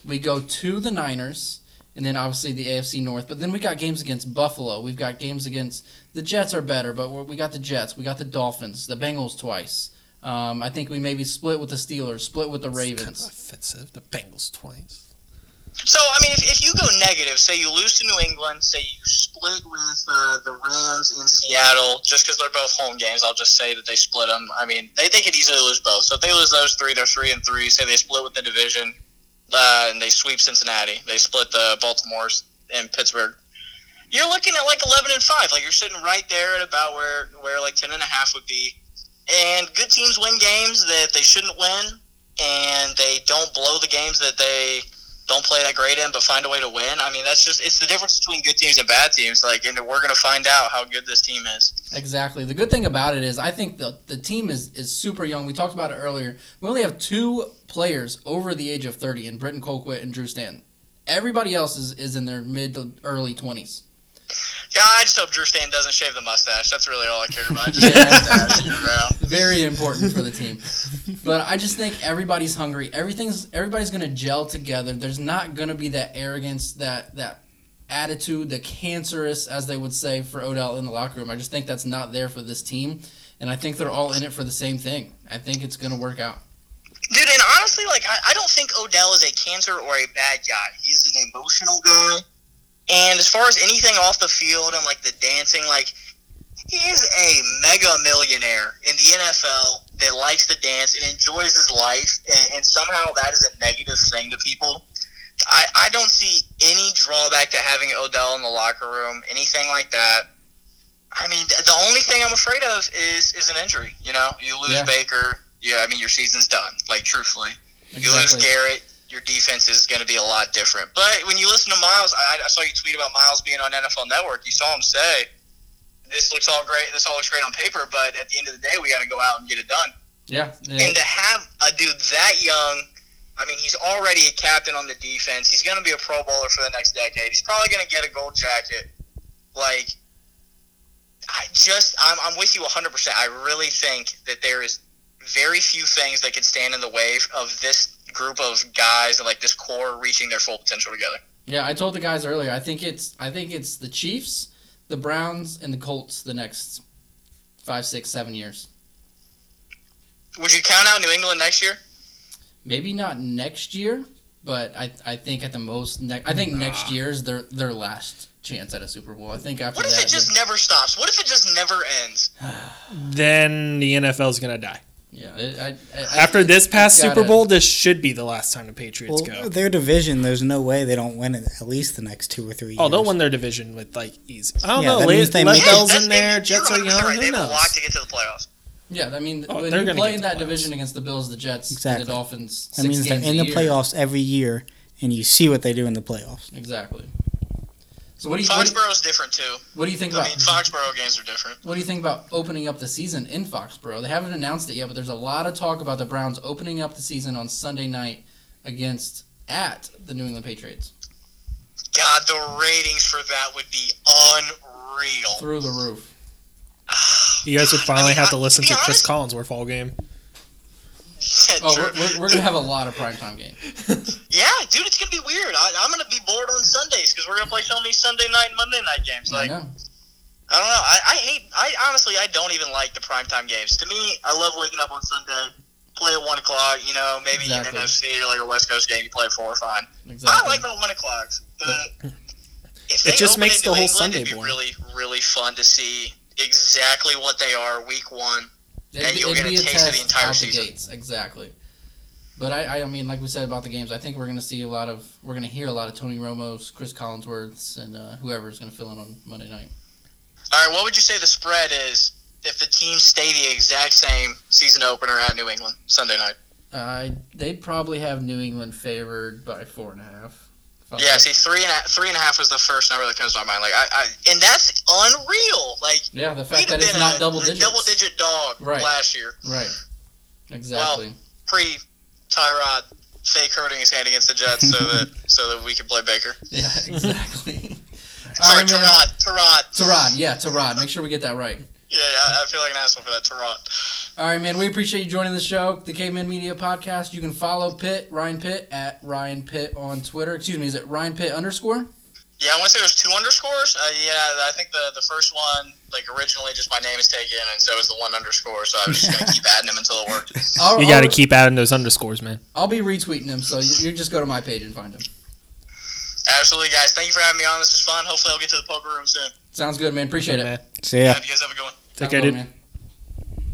B: We go to the Niners and then obviously the AFC North. But then we got games against Buffalo. We've got games against the Jets are better, but we're, we got the Jets. We got the Dolphins, the Bengals twice. Um, I think we maybe split with the Steelers, split with the Ravens.
E: offensive. The Bengals twice.
F: So I mean, if, if you go negative, say you lose to New England, say you split with uh, the Rams in Seattle, just because they're both home games, I'll just say that they split them. I mean, they, they could easily lose both. So if they lose those three, they're three and three. Say they split with the division, uh, and they sweep Cincinnati, they split the Baltimore's and Pittsburgh. You're looking at like eleven and five. Like you're sitting right there at about where where like ten and a half would be. And good teams win games that they shouldn't win, and they don't blow the games that they don't play that great in, but find a way to win. I mean, that's just it's the difference between good teams and bad teams. Like, and we're gonna find out how good this team is.
B: Exactly. The good thing about it is I think the the team is is super young. We talked about it earlier. We only have two players over the age of thirty in Britton Colquitt and Drew Stanton. Everybody else is, is in their mid to early twenties.
F: Yeah, I just hope Drew Stanton doesn't shave the mustache. That's really all I care about. Just
B: Yeah.
F: mustache, you know.
B: Very important for the team. But I just think everybody's hungry. Everything's everybody's gonna gel together. There's not gonna be that arrogance, that that attitude, the cancerous, as they would say, for Odell in the locker room. I just think that's not there for this team. And I think they're all in it for the same thing. I think it's gonna work out.
F: Dude, and honestly, like I, I don't think Odell is a cancer or a bad guy. He's an emotional guy. And as far as anything off the field and like the dancing, like he is a mega millionaire in the NFL that likes to dance and enjoys his life and, and somehow that is a negative thing to people. I, I don't see any drawback to having Odell in the locker room, anything like that. I mean, th- the only thing I'm afraid of is is an injury. You know, you lose
B: Yeah.
F: Baker. Yeah, I mean, your season's done. Like, truthfully, you lose
B: Exactly.
F: Garrett. Your defense is going to be a lot different. But when you listen to Miles, I, I saw you tweet about Miles being on NFL Network. You saw him say, "This looks all great. This all looks great on paper, but at the end of the day, we got to go out and get it done."
B: Yeah.
F: And uh, to have a dude that young, I mean, he's already a captain on the defense. He's going to be a Pro Bowler for the next decade. He's probably going to get a gold jacket. Like, I just, I'm, I'm with you 100%. I really think that there is very few things that can stand in the way of this group of guys and like this core reaching their full potential together.
B: Yeah, I told the guys earlier. I think it's I think it's the Chiefs, the Browns, and the Colts the next five, six, seven years.
F: Would you count out New England next year?
B: Maybe not next year, but I, I think at the most ne- I think next year is their their last chance at a Super Bowl. I think after
F: What if
B: that
F: it just never stops? What if it just never ends?
E: Then the NFL's gonna die.
B: Yeah. It, I, I,
E: After this past
B: gotta-
E: Super Bowl, this should be the last time the Patriots
C: Well,
E: go.
C: their division, there's no way they don't win it at least the next two or three.
E: Oh, they'll
C: years.
E: win their division with like easy. I don't
C: Yeah,
E: know.
C: that means
E: Let,
C: they
E: let
C: make it.
E: Bell's
F: That's-
E: in there.
F: you're
E: Jets are
F: 100%
E: young.
F: Right. They
E: Who
F: have a lot
E: knows?
F: to get to the playoffs.
B: yeah. I mean,
E: Oh,
B: when
E: they're
B: you
E: gonna
B: play
E: get
B: in
E: to
B: that
E: playoffs.
B: division against the Bills, the Jets,
C: Exactly.
B: and the Dolphins,
C: That
B: six
C: means they're
B: games
C: in
B: a
C: the
B: year.
C: playoffs every year, and you see what they do in the playoffs.
B: Exactly. So what do you what, do you-
F: Foxborough's different too.
B: what do you think
F: I
B: about
F: mean, Foxborough games are different.
B: what do you think about opening up the season in Foxborough? They haven't announced it yet, but there's a lot of talk about the Browns opening up the season on Sunday night against at the New England Patriots
F: God, the ratings for that would be unreal.
B: through the roof.
E: You guys would
F: I
E: finally
F: mean,
E: have to
F: I-
E: listen
F: be
E: to Chris
F: honest-
E: Collinsworth all game.
F: Yeah,
B: Oh,
F: true.
B: we're, we're, we're gonna have a lot of primetime games.
F: Yeah, dude, it's gonna be weird. I, I'm gonna be bored on Sundays because we're gonna play so many Sunday night and Monday night games.
B: I
F: Like,
B: know.
F: I don't know. I, I hate. I honestly, I don't even like the primetime games. To me, I love waking up on Sunday, play at one o'clock. You know, maybe
B: Exactly.
F: an NFC or like a West Coast game, you play at four or five.
B: Exactly.
F: I like the one o'clocks. but Uh, if
E: It
F: they
E: just
F: open
E: makes
F: in
E: the whole
F: New England,
E: Sunday
F: it'd be
E: boring.
F: Really, really fun to see exactly what they are week one.
B: It'd
F: and
B: be-
F: you'll
B: it'd
F: get
B: be
F: a taste of the
B: test
F: entire
B: out
F: season.
B: gates, exactly. But I, I, I mean, like we said about the games, I think we're going to see a lot of, we're going to hear a lot of Tony Romo's, Chris Collinsworth's, and uh, whoever's going to fill in on Monday night.
F: All right, what would you say the spread is if the teams stay the exact same season opener at New England Sunday night?
B: Uh, they'd probably have New England favored by four and a half. Five.
F: Yeah, see, three and a, three and a half was the first number that comes to my mind. Like, I, I and that's unreal. Like,
B: Yeah, the fact
F: we'd have
B: that it's
F: been
B: not
F: a,
B: double
F: a
B: digits.
F: double-digit dog
B: Right.
F: last year,
B: Right. Exactly.
F: pre Tyrod fake hurting his hand against the Jets, so that so that we could play Baker.
B: Yeah, exactly. All
F: Sorry,
B: right, man.
F: Tyrod, Tyrod.
B: Tarod, yeah, Tarod. Make sure we get that right.
F: Yeah, I, I feel like an asshole for that Tyrod.
B: All right, man. We appreciate you joining the show, the Caveman Media Podcast. You can follow Pitt, Ryan Pitt, at Ryan Pitt on Twitter. Excuse me, is it Ryan Pitt underscore?
F: Yeah, I want to say there's two underscores. Uh, yeah, I think the the first one, like originally, just my name is taken, and so is the one underscore. So I was just gonna keep adding them until it worked.
B: I'll,
E: You got to
B: I'll-
E: keep adding those underscores, man.
B: I'll be retweeting him, so you, you just go to my page and find him.
F: Absolutely, guys. Thank you for having me on. This was fun. Hopefully, I'll get to the poker room soon.
B: Sounds good, man. Appreciate it.
E: Man.
C: So yeah,
F: You guys have a good one.
E: Take
B: Have
E: care,
B: a good
E: dude.
B: one, man.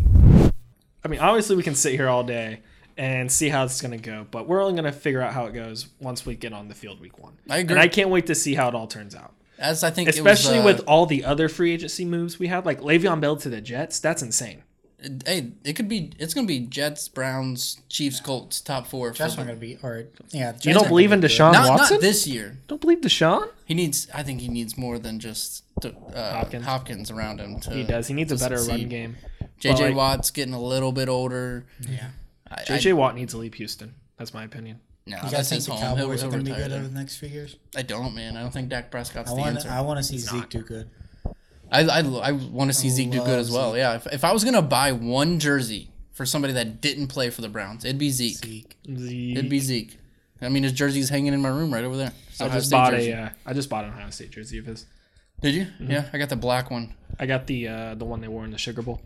D: I mean, obviously we can sit here all day and see how it's going to go, but we're only going to figure out how it goes once we get on the field week one.
B: I agree.
D: And I can't wait to see how it all turns out.
B: As I think,
D: Especially
B: it was, uh,
D: with all the other free agency moves we had, like Le'Veon Bell to the Jets. That's insane.
B: with hey, it could be it's gonna be Jets, Browns, Chiefs, Colts, top four. for
C: that's
B: the-
C: not going to be or yeah.
D: You don't believe in Deshaun
B: not
D: Watson?
B: not this Uh, year.
D: Don't believe Deshaun?
B: He needs. I think he needs more than just uh, Hopkins.
D: Hopkins.
B: around him. To,
D: He does. He needs a better run game.
B: JJ
D: Like-
B: Watt's getting a little bit older.
C: Oh,
B: Yeah. I,
D: JJ Watt needs to leave Houston. That's my opinion.
B: I, no,
C: You
B: that's
C: guys think
B: his
C: the
B: home. He'll,
C: Cowboys
B: he'll
C: are going to be
B: retire
C: good over
B: there.
C: the next few years?
B: I don't, man. I don't think Dak Prescott's
C: I
B: the
C: want
B: answer.
C: I want to see Zeke do good.
B: I I, I want to see Zeke do good as well. Yeah, if, if I was gonna buy one jersey for somebody that didn't play for the Browns, it'd be Zeke. It'd be Zeke. I mean, his jersey's hanging in my room right over there. It's
D: I
B: Ohio
D: just
B: State
D: bought
B: jersey.
D: a. Uh, I just bought an Ohio State jersey of his.
B: Did you? Yeah, I got the black one.
D: I got the uh, the one they wore in the Sugar Bowl.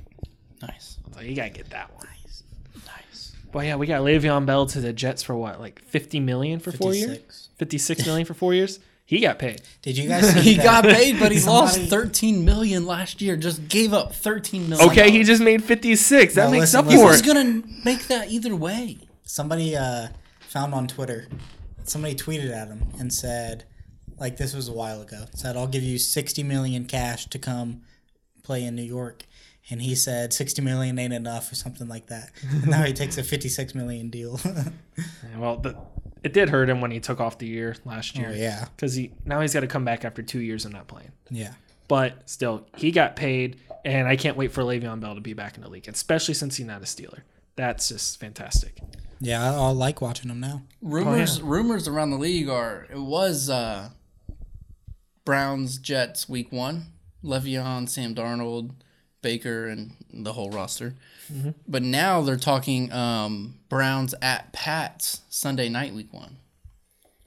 B: Nice.
D: I was like, you gotta get that one. Nice.
B: Nice.
D: Well, yeah, we got Le'Veon Bell to the Jets for what, like fifty million for four years?
C: 56.
D: Fifty-six million for four years. He got paid.
C: Did you guys? See
B: He
C: that-
B: got paid, but he lost
C: Somebody-
B: 13 million last year. Just gave up 13 million.
D: Okay, he just made fifty-six. That
C: Now
D: makes
C: listen,
D: up
C: listen.
D: for
B: was
D: it.
B: gonna make that either way.
C: somebody uh, found on Twitter. Somebody tweeted at him and said, like this was a while ago. Said I'll give you sixty million cash to come play in New York, and he said sixty million ain't enough or something like that. And now he takes a fifty-six million deal.
D: Yeah, Well, the, it did hurt him when he took off the year
B: Oh,
D: last year.
C: yeah.
D: Because he now he's got to come back after two years of not playing.
C: yeah.
D: But still, he got paid, and I can't wait for Le'Veon Bell to be back in the league, especially since he's not a Steeler. That's just fantastic.
C: Yeah, I, I like watching him now.
B: Rumors
D: Oh,
B: rumors around the league are it was uh, Browns Jets week one. Le'Veon, Sam Darnold, Baker, and the whole roster.
D: Mm-hmm.
B: But now they're talking um, Browns at Pats Sunday night week one,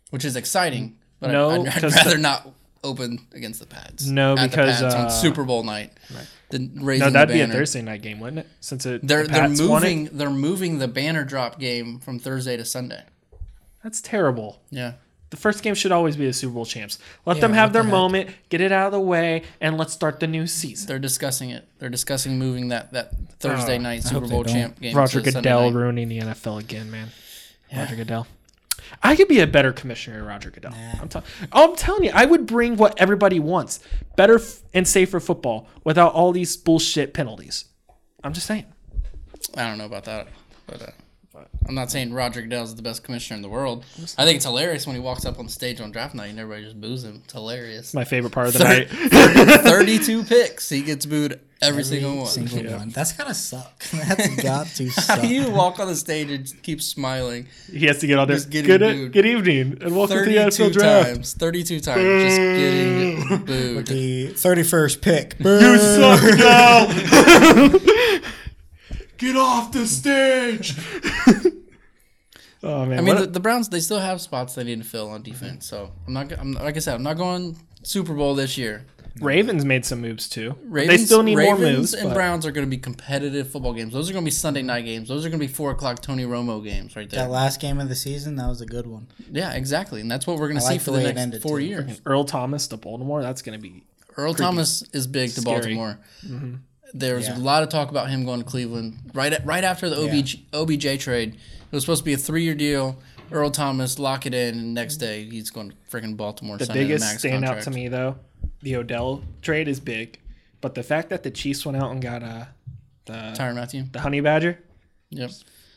B: which is exciting. But
D: No,
B: I, would
D: 'cause the-
B: rather not open against the Pats.
D: No,
B: at the
D: because,
B: Pats on
D: uh,
B: Super Bowl night. Than raising
D: No,
B: the
D: that'd be a
B: banner.
D: Thursday night game, wouldn't it? Since it,
B: They're
D: the
B: they're
D: Pats won it.
B: moving they're moving the banner drop game from Thursday to Sunday.
D: That's terrible.
B: Yeah.
D: The first game should always be the Super Bowl champs. Let them have
C: what
D: their
C: the heck.
D: moment, get it out of the way, and let's start the new season.
B: They're discussing it. They're discussing moving that, that
D: Oh,
B: Thursday night Super
C: they
B: Bowl
C: don't.
B: champ game.
D: Roger
B: to Sunday
D: Goodell
B: night.
D: ruining the NFL again, man. Roger Goodell. I could be a better commissioner than Roger Goodell. I'm, tell- I'm telling you, I would bring what everybody wants better f- and safer football without all these bullshit penalties. I'm just saying.
B: I don't know about that, but uh, I'm not saying Roger Goodell is the best commissioner in the world. I think it's hilarious when he walks up on stage on draft night and everybody just boos him. It's hilarious.
D: My favorite part of the night.
B: 32 picks, he gets booed every, single one.
C: Single one. That's gotta suck. That's got to
B: How
C: suck.
B: do you walk on the stage and just keep smiling
D: He has to get on there.
B: Just getting
D: Good,
B: booed.
D: good evening and welcome to the
B: 32
D: NFL draft.
B: times? 32 times, just getting booed.
C: The 31st pick.
D: You suck now.
E: Get off the stage.
D: oh man.
B: I mean,
D: what
B: the, the Browns they still have spots they need to fill on defense. So I'm not. go- I'm, like I said, I'm not going Super Bowl this year.
D: a- Ravens made some moves too.
B: Ravens,
D: they still need
B: Ravens
D: more moves.
B: and
D: but-
B: Browns are going to be competitive football games. Those are going to be Sunday night games. Those are going to be four o'clock Tony Romo games right there.
C: That last game of the season, that was a good one.
B: yeah, exactly. And that's what we're going
C: I
B: to see
C: like
B: for
C: the
B: the
C: way it
B: next
C: ended,
B: four
C: too.
B: years.
D: Earl Thomas to Baltimore. That's going to be
B: Earl Thomas is big to
D: Scary. Mm-hmm.
B: Baltimore. There was
C: Yeah.
B: a lot of talk about him going to Cleveland right at, right after the OBJ, OBJ trade. It was supposed to be a three year deal. Earl Thomas lock it in, and next day he's going to freaking Baltimore.
D: the biggest standout to me though. The Odell trade is big, but the fact that the Chiefs went out and got uh, the
B: Tyron Matthew.
D: the Honey Badger
B: Yep.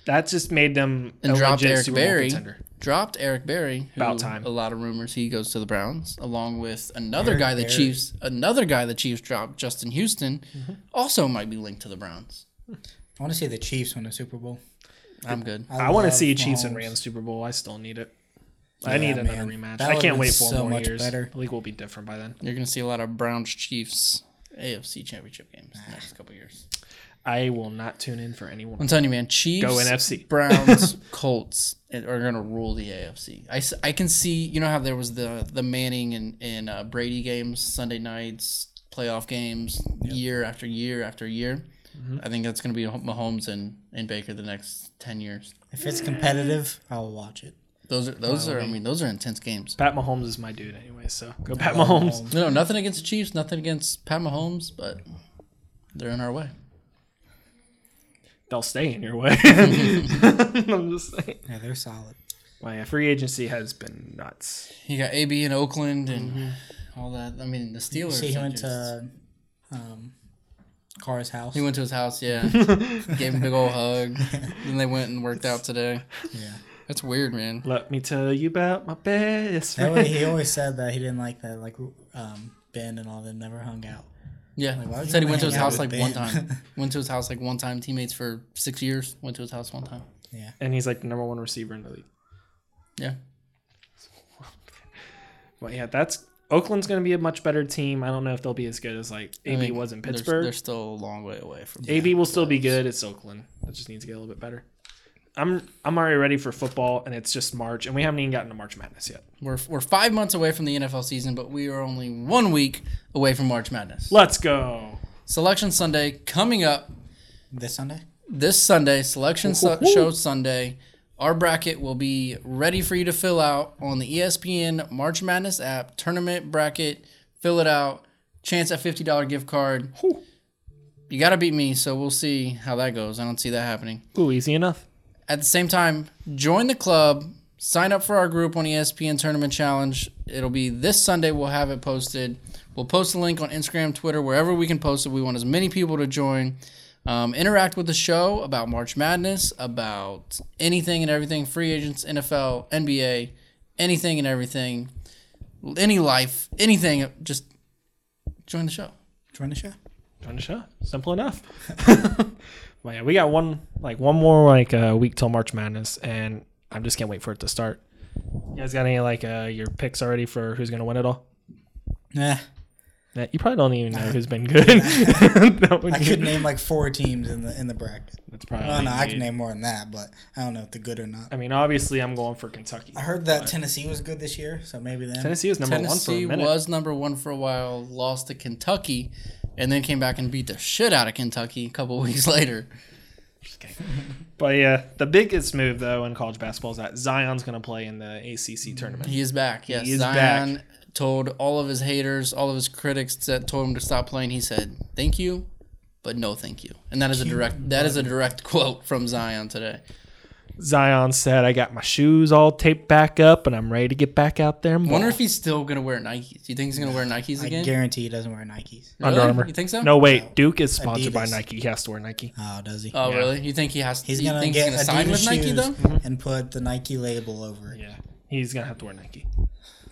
D: that just made them
B: And
D: a
B: dropped
D: legit
B: Eric
D: Super Bowl
B: Berry.
D: contender.
B: Dropped Eric Berry. who
D: About time.
B: A lot of rumors he goes to the Browns, along with another guy the
C: Berry.
B: Chiefs. Another guy the Chiefs dropped, Justin Houston,
D: Mm-hmm.
B: also might be linked to the Browns.
C: I want to see the Chiefs win a Super Bowl.
B: I'm good.
D: I want to
C: love
D: see Chiefs and
C: Mahomes.
D: Rams Super Bowl. I still need it. I
C: Yeah,
D: need another
C: man.
D: rematch.
C: That
D: I
C: would've
D: can't
C: been
D: wait four
C: so
D: more
C: much
D: years.
C: better.
D: The league will be different by then.
B: You're gonna see a lot of Browns Chiefs AFC Championship games in the next couple years.
D: I will not tune in for anyone.
B: I'm telling you, man. Chiefs,
D: NFC.
B: Browns, Colts and- are gonna rule the AFC. I, s- I can see. You know how there was the the Manning and and uh, Brady games, Sunday nights, playoff games, year after year after year. I think that's gonna be Mahomes and and Baker the next ten years.
C: If it's competitive, I'll watch it.
B: Those are those are. I mean, those are intense games.
D: Pat Mahomes is my dude anyway, so go Pat Mahomes.
B: No, no, nothing against the Chiefs, nothing against Pat Mahomes, but they're in our way.
D: They'll stay in your way. I'm just saying.
C: Yeah, they're solid.
D: My free agency has been nuts.
B: You got AB in Oakland and all that. I mean, the Steelers.
C: See, he
B: are
C: went
B: just-
C: to um, Carr's house.
B: He went to his house, yeah. Gave him a big old hug. Then they went and worked out today.
C: yeah.
B: That's weird, man.
D: Let me tell you about my best
C: That
D: friend.
C: way, he always said that he didn't like that, like um, Ben and all them never hung out.
B: Yeah.
C: why would you
B: Said he
C: wanna
B: went to his
C: hang out
B: house like
C: with
B: one
C: Ben?
B: time. Went to his house like one time. Teammates for six years. Went to his house one time.
D: and he's like the number one receiver in the league.
B: Yeah.
D: But yeah, that's Oakland's going to be a much better team. I don't know if they'll be as good as like
B: I
D: AB
B: think
D: was in
B: they're-
D: Pittsburgh.
B: They're still a long way away from
D: AB will still be good. It's Oakland. It just needs to get a little bit better. I'm I'm already ready for football, and it's just March, and we haven't even gotten to March Madness yet.
B: We're, we're five months away from the NFL season, but we are only one week away from March Madness.
D: Let's go.
B: Selection Sunday coming up
C: This Sunday?
B: this Sunday, Selection Su- Show Sunday. Our bracket will be ready for you to fill out on the E ESPN March Madness app. Tournament bracket, fill it out. Chance at fifty dollar gift card. You gotta beat me, so we'll see how that goes. I don't see that happening.
D: Ooh, easy enough.
B: At the same time, join the club. Sign up for our group on E ESPN Tournament Challenge. It'll be this Sunday. We'll have it posted. We'll post the link on Instagram, Twitter, wherever we can post it. We want as many people to join. Um, interact with the show about March Madness, about anything and everything free agents, NFL, NBA, anything and everything, any life, anything. Just join the show.
C: Join the show.
D: Join the show. Simple enough. well, yeah, we got one like one more like uh, week till March Madness, and I just can't wait for it to start. You guys got any like uh, your picks already for who's gonna win it all?
C: Nah,
D: Nah, You probably don't even know who's been good. That would
C: I
D: be-
C: could name like four teams in the in the bracket.
D: That's probably.
B: Oh,
C: Well, no, I
D: me.
C: can name more than that, but I don't know if they're good or not.
D: I mean, obviously, I'm going for Kentucky.
C: I heard that Tennessee was good this year, so maybe then.
D: Tennessee is number
B: Tennessee
D: one for a minute.
B: was number one for a while, lost to Kentucky, and then came back and beat the shit out of Kentucky a couple weeks later.
D: Just kidding. But yeah, the biggest move though in college basketball is that Zion's going to play in the ACC
C: Mm-hmm.
D: tournament.
B: He is back. Yes,
D: He is
B: Zion told all of his haters, all of his critics that told him to stop playing. He said, "Thank you, but no, thank you." And that is a direct that is a direct quote from Zion today.
D: Zion said, "I got my shoes all taped back up, and I'm ready to get back out there." And
B: I wonder
D: ball."
B: if he's still gonna wear Nikes. Do you think he's gonna wear Nikes
C: I
B: again?
C: guarantee he doesn't wear Nikes.
B: Really?
D: Under Armour.
B: You think so?
D: No, wait. Duke is sponsored by
C: Adidas.
D: Nike. He has to wear Nike.
C: Oh, does he?
B: Oh, really? You think he has?
C: he's
B: you
C: gonna
B: think
C: get
B: he's gonna
C: Adidas
B: sign with
C: shoes
B: Nike though?
C: and put the Nike label over it.
D: Yeah, he's gonna have to wear Nike.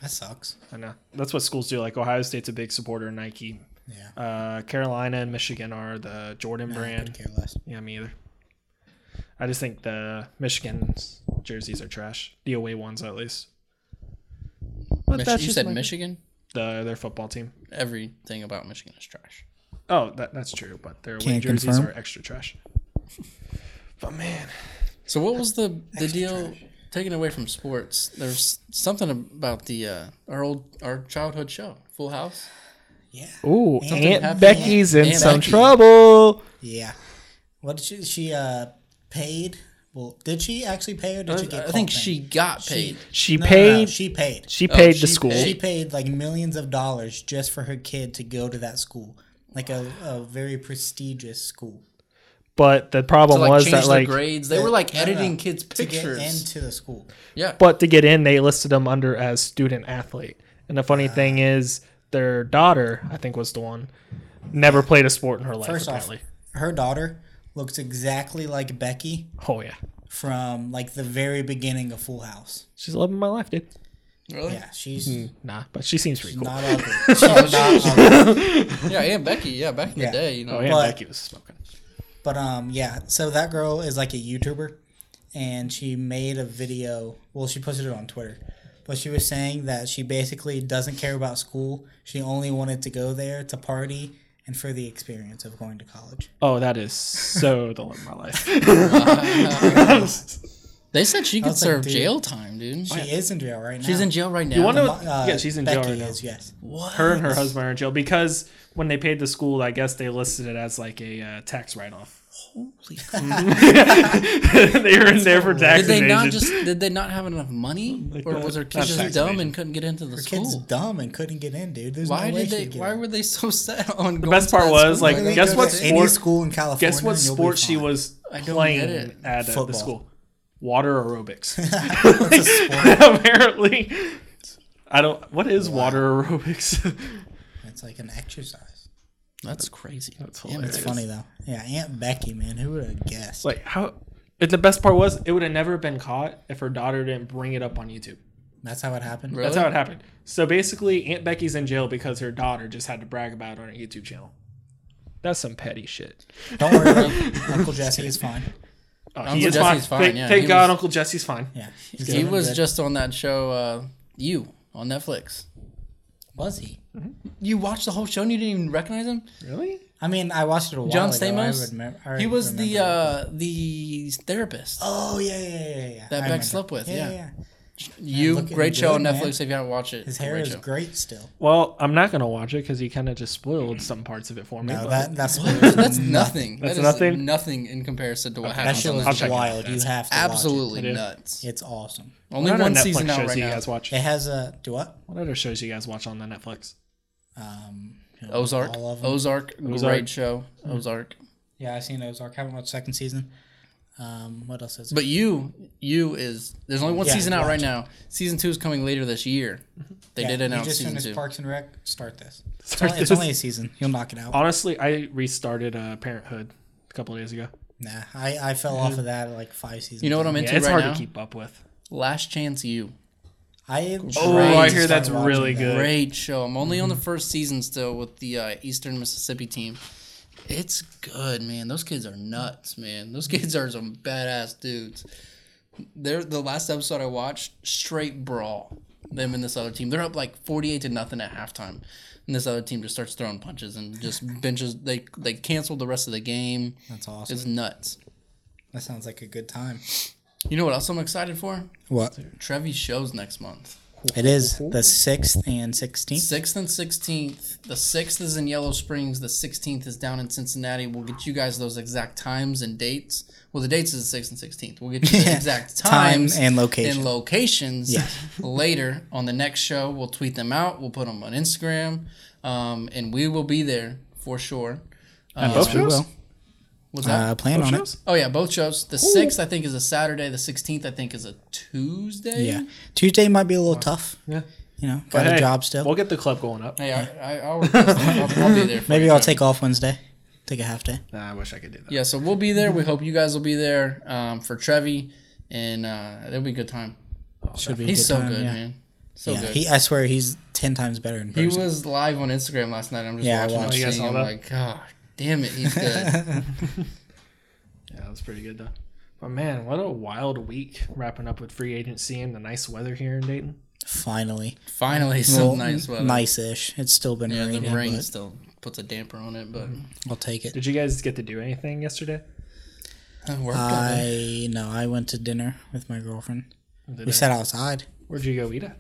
C: That sucks.
D: I know. That's what schools do. Like Ohio State's a big supporter of Nike.
C: Yeah.
D: Uh, Carolina and Michigan are the Jordan
C: I could
D: brand.
C: care less.
D: Yeah, me either. I just think the Michigan's jerseys are trash. The away ones, at least. But
B: Mich-
D: that's
B: you
D: just
B: said
D: my-
B: Michigan.
D: The, their football team.
B: Everything about Michigan is trash.
D: Oh, that, that's true. But their away
C: Can't
D: jerseys
C: confirm.
D: are extra trash. But man,
B: So what was the the deal taken away from sports? There's something about the uh, our old our childhood show, Full House.
C: Yeah.
D: ooh,
B: happened.
D: Aunt Becky's in
B: Aunt
D: some
B: Becky.
D: trouble.
C: Yeah. What did she she uh paid? Well, did she actually pay or did she get
B: I
C: called
B: think
C: paying?
B: she got paid.
D: She
C: No, no, no,
D: paid. she,
C: she paid.
D: paid
B: she
D: the school.
B: paid.
C: She paid like millions of dollars just for her kid to go to that school. Like a, a very prestigious school.
D: But the problem
B: to like
D: Oh, was
B: change
D: that
B: their
D: like,
B: grades. They were like
C: No, no, no.
B: editing kids'
C: To get
B: pictures.
C: into the school.
B: yeah,
D: but to get in, they listed them under as student athlete. And the
C: Ah.
D: funny thing is, their daughter, I think, was the one, never played a sport in her life.
C: First off,
D: apparently.
C: her daughter looks exactly like Becky
D: oh yeah,
C: from like the very beginning of Full House.
D: she's loving my life, dude.
B: really? Yeah.
C: Yeah, she's
B: Hmm.
D: Nah, but she seems pretty cool.
C: not ugly. She's not ugly.
B: yeah, Aunt Becky. Yeah, back in
C: Yeah.
B: the day, you know.
D: Oh yeah,
C: But-
D: Becky was smoking.
C: But um, yeah. So that girl is like a YouTuber, and she made a video. Well, she posted it on Twitter, but she was saying that she basically doesn't care about school. She only wanted to go there to party and for the experience of going to college.
D: Oh, that is so the love of my life.
B: They said she could
C: was like,
B: serve
C: dude. Oh,
B: jail time, dude.
D: Oh,
C: She is in jail right now.
B: She's in jail right now.
D: You wonder?
C: Mo- uh,
D: yeah, she's in
C: Becky
D: jail right now.
C: is, yes.
B: what?
D: Her and her husband are in jail because when they paid the school, I guess they listed it as like a uh, tax write-off.
B: Holy
D: they were in there for tax
B: Did they not
D: evasion.
B: just? Did they not have enough money, or was her kid
D: That's
B: just
D: tax
B: dumb
D: evasion.
B: and couldn't get into the
C: uh, Her kid's
B: school?
C: dumb and couldn't get in, dude. There's
B: Why
C: no way
B: did they?
C: She could
B: Why were they so set on? The
D: best part was, like,
C: Literally
D: guess
C: go
D: what
C: to any
D: sport-
C: school in California?
D: Guess what
C: and you'll be
D: sport she
C: fine.
D: was
B: don't get it.
D: playing at uh, the
C: Football.
D: school? Water aerobics.
C: It's a sport.
D: Apparently, I don't. What is water aerobics?
C: It's like an exercise.
B: That's crazy. That's
C: It's funny though. Yeah, Aunt Becky, man, who would have guessed?
D: like how? It, the best part was it would have never been caught if her daughter didn't bring it up on YouTube.
C: That's how it happened.
B: Really?
D: That's how it happened. So basically, Aunt Becky's in jail because her daughter just had to brag about it on her YouTube channel. That's some petty shit.
C: Don't worry, Uncle- Uncle Jesse is fine.
D: Oh,
B: Uncle
D: he is
B: Jesse's
D: fine.
B: fine,
D: Thank,
B: yeah,
D: thank
B: he
D: God,
B: was-
D: Uncle Jesse's fine.
C: Yeah, he's
B: He
C: doing
B: was
C: good.
B: just on that show, uh, you on Netflix.
C: was he?
B: Mm-hmm. You watched the whole show and you didn't even recognize him.
D: Really?
C: I mean, I watched it a while
B: John
C: ago. I
B: Stamos.
C: would remem- I
B: he was the
C: remember.
B: uh, the therapist.
C: Oh yeah, yeah, yeah, yeah, yeah.
B: That
C: I
B: Beck
C: remember.
B: slept with, yeah.
C: look
B: you
C: at him
B: great show on
C: good,
B: Netflix
C: man.
B: if you haven't watched it.
C: His hair
B: great
C: is
B: show.
C: great still.
D: Well, I'm not gonna watch it because he kind of just spoiled some parts of it for me.
C: No,
D: but-
C: that that's
B: That's nothing. That's
D: That's
B: nothing.
D: nothing?
B: Nothing in comparison to what
C: that
B: happens.
C: shit
B: on
C: was
B: that
D: check it out.
C: wild. You have to Watch
B: Absolutely
D: I do.
B: nuts.
C: it. It's awesome.
B: Only
D: What other
B: one
D: Netflix
B: season out
D: shows
B: right
D: do you
B: now.
D: guys watch?
C: It has a do what?
D: What other shows do you guys watch on the Netflix?
C: Um, you know,
B: Ozark.
C: All of them.
B: Ozark. Great
D: Ozark.
B: show.
C: Mm-hmm.
B: Ozark.
C: yeah, I've seen Ozark. Haven't watched second season. Um, what else is? it?
B: But you, you is there's only one
C: Yeah,
B: season out right
C: watch it.
B: now. Season two is coming later this year. They
C: Yeah,
B: did announce
C: you just
B: season
C: finished
B: two.
C: Parks and Rec. Start this. It's,
D: Start
C: only, it's
D: this.
C: only a season. You'll knock it out.
D: Honestly, I restarted uh, Parenthood a couple of days ago.
C: Nah, I, I fell off of that at like five seasons.
B: You know what I'm into
D: Yeah, it's
B: right
D: hard
B: now?
D: to keep up with.
B: Last Chance You.
C: I
D: Oh,
C: tried
D: I
C: to
D: hear
C: start
D: that's
C: watching
D: really
C: that.
D: good.
B: Great show. I'm only
D: Mm-hmm.
B: on the first season still with the uh, Eastern Mississippi team. It's good, man. Those kids are nuts, man. Those kids are some badass dudes. They're the last episode I watched, straight brawl. Them and this other team. They're up like 48 to nothing at halftime. And this other team just starts throwing punches and just benches. They they canceled the rest of the game.
C: That's awesome.
B: It's nuts.
C: that sounds like a good time.
B: You know what else I'm excited for?
C: What?
B: Trevi's shows next month.
C: It is the sixth and sixteenth.
B: Sixth and sixteenth. The sixth is in Yellow Springs. The sixteenth is down in Cincinnati. We'll get you guys those exact times and dates. Well, the dates is the sixth and sixteenth. We'll get you the exact
C: Time
B: times
C: and location.
B: and locations
C: Yeah.
B: later on the next show. We'll tweet them out. We'll put them on Instagram, um, and we will be there for sure.
D: Uh,
E: both
C: We
E: shows?
C: will
B: What's that?
C: uh, plan
E: Both
C: on
E: shows?
C: it.
B: oh yeah, both shows. The sixth I think is a Saturday. The sixteenth I think is a Tuesday.
C: Yeah, Tuesday might be a little tough.
E: Yeah.
C: You know, got a
E: Hey,
C: job still.
E: We'll get the club going up.
B: Hey, I, I, I'll, I'll, I'll be there. For
C: Maybe
B: you,
C: I'll
B: Joe.
C: take off Wednesday. Take a half day.
E: Nah, I wish I could do that.
B: Yeah, so we'll be there.
C: Mm-hmm.
B: We hope you guys will be there um, for Trevi, and uh, it'll be a good time.
C: Should be. a
B: He's so
C: time,
B: good,
C: yeah.
B: man. So
C: yeah,
B: good.
C: he.
B: He,
C: I swear he's ten times better in person.
B: was live on Instagram last night. I'm just
C: Yeah, I
B: watching him
C: watched.
E: You guys
B: sing.
E: saw
B: I'm
E: that?
B: like, God damn it, he's good.
E: Yeah, that was pretty good though.
D: But man, what a wild week wrapping up with free agency and the nice weather here in Dayton.
C: Finally,
B: Finally, some
C: well,
B: nice weather.
C: nice-ish. It's still been
B: Yeah, the
C: raining,
B: rain
C: but Mm-hmm.
B: still puts a damper on it, but
C: I'll take it.
D: Did you guys get to do anything yesterday?
B: it worked. out.
C: I no, I went to dinner with my girlfriend. We sat outside,
D: Where'd you go eat at?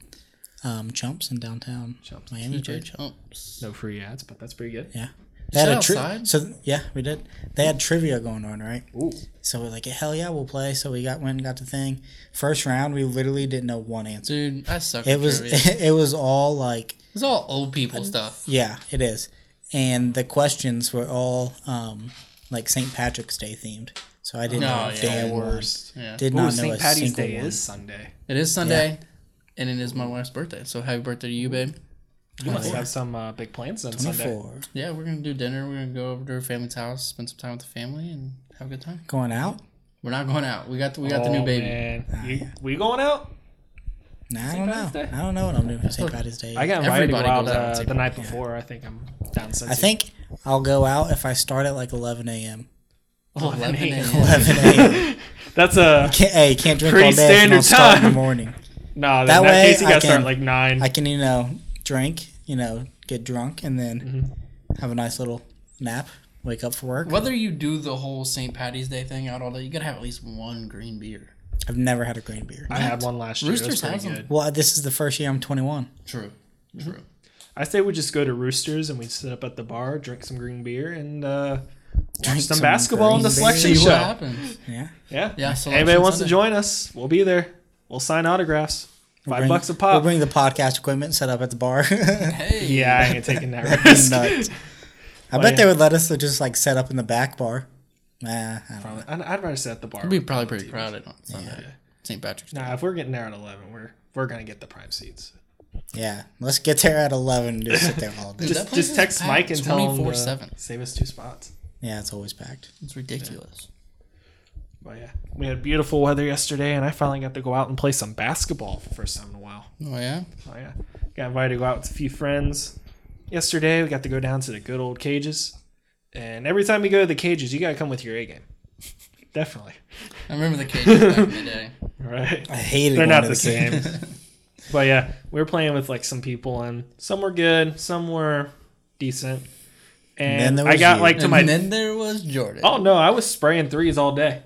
C: um, Chumps in downtown
D: Chumps.
C: Miami.
B: Jay Chumps.
D: No free ads, but that's pretty good.
C: Yeah, they had
B: sat
C: a tri-
B: outside?
C: so yeah, we did. They had trivia going on, right?
D: Ooh.
C: So we're like, hell yeah, we'll play. So we got went and got the thing. First round, we literally didn't know one answer.
B: Dude, I suck.
C: It was
B: it
C: it was all like
B: was all old people stuff.
C: Yeah, it is. And the questions were all um, like St. Patrick's Day themed. So I didn't
D: Oh,
B: No,
C: know
B: yeah.
C: a damn
B: The
C: one.
D: worst.
B: Yeah,
C: Did
D: Ooh,
C: not know a
D: St. Patty's
C: single
D: Day
C: one.
D: is Sunday.
B: it is Sunday, and it is my wife's birthday. So happy birthday to you, babe.
D: You must have some uh, big plans on Sunday.
C: Twenty-four.
B: Yeah, we're gonna do dinner. We're gonna go over to her family's house, spend some time with the family, and have a good time.
C: Going out?
B: We're not going out. We got the, we got the
D: Oh,
B: new baby.
D: man. You- we going out?
C: Nah, I don't know.
D: Patty's Day?
C: I don't know what I'm doing for St. Patrick's Day.
D: I got invited to go
B: Everybody
D: out
B: goes out on
D: uh,
B: St.
D: the night before. I think I'm down since.
C: I think I'll go out if I start at like 11 a.m.
D: 11
B: a.m.
C: 11 a.m.
D: That's a
C: Can't, hey, can't drink
D: Pretty
C: all day. and I'll
D: standard
C: start in the
D: time.
C: morning. That
D: no. That in that
C: way
D: case, you
C: I
D: gotta start
C: can-
D: like nine.
C: I can, you know, drink, you know, get drunk, and then
D: Mm-hmm.
C: have a nice little nap. Wake up for work.
B: Whether you do the whole St. Patty's Day thing out all day, you gotta have at least one green beer.
C: I've never had a green beer.
D: I had one last year. It was
B: Roosters
D: pretty
B: has 'em.
D: good.
C: Well, this is the first year I'm 21.
B: True. True.
D: I say we just go to Roosters and we sit up at the bar, drink some green beer, and uh,
C: Drink
D: some basketball
C: green
D: in the
C: beer.
B: See
D: selection show.
B: what happens.
C: Yeah.
D: Yeah.
B: Yeah. So
D: Anybody wants to join us? We'll be there. We'll sign autographs. Five
C: Bring-
D: bucks a pop.
C: We'll bring the podcast equipment set up at the bar.
B: Hey.
D: yeah, I ain't taking that risk.
C: Nuts. I bet they would let us just like set up in the back bar. Nah, I don't know.
D: I'd, I'd rather sit at the bar.
B: It'll be probably pretty crowded on Sunday. St. Patrick's Day.
D: Nah, if we're getting there at eleven, we're we're gonna get the prime seats.
C: Yeah, let's get there at 11 and just sit there all day.
B: that
D: Just,
B: place
D: just
B: is
D: text
B: packed
D: Mike and tell him to
B: 24/7.
D: save us two spots.
C: yeah, it's always packed.
B: It's ridiculous.
D: But yeah, we had beautiful weather yesterday, and I finally got to go out and play some basketball for the first time in a while.
B: Oh yeah.
D: Oh yeah, got invited to go out with a few friends. Yesterday, we got to go down to the good old cages, and every time you go to the cages, you gotta come with your A game. Definitely,
B: I remember the cages back in the day.
D: right?
C: I hated
D: They're
C: going
D: not
C: to
D: the same. but yeah, we were playing with like some people, and some were good, some were decent.
C: then
D: And,
C: there
D: I
C: was
D: got
C: you.
D: like to
B: And
D: my.
B: then there was Jordan.
D: oh no, I was spraying threes all day.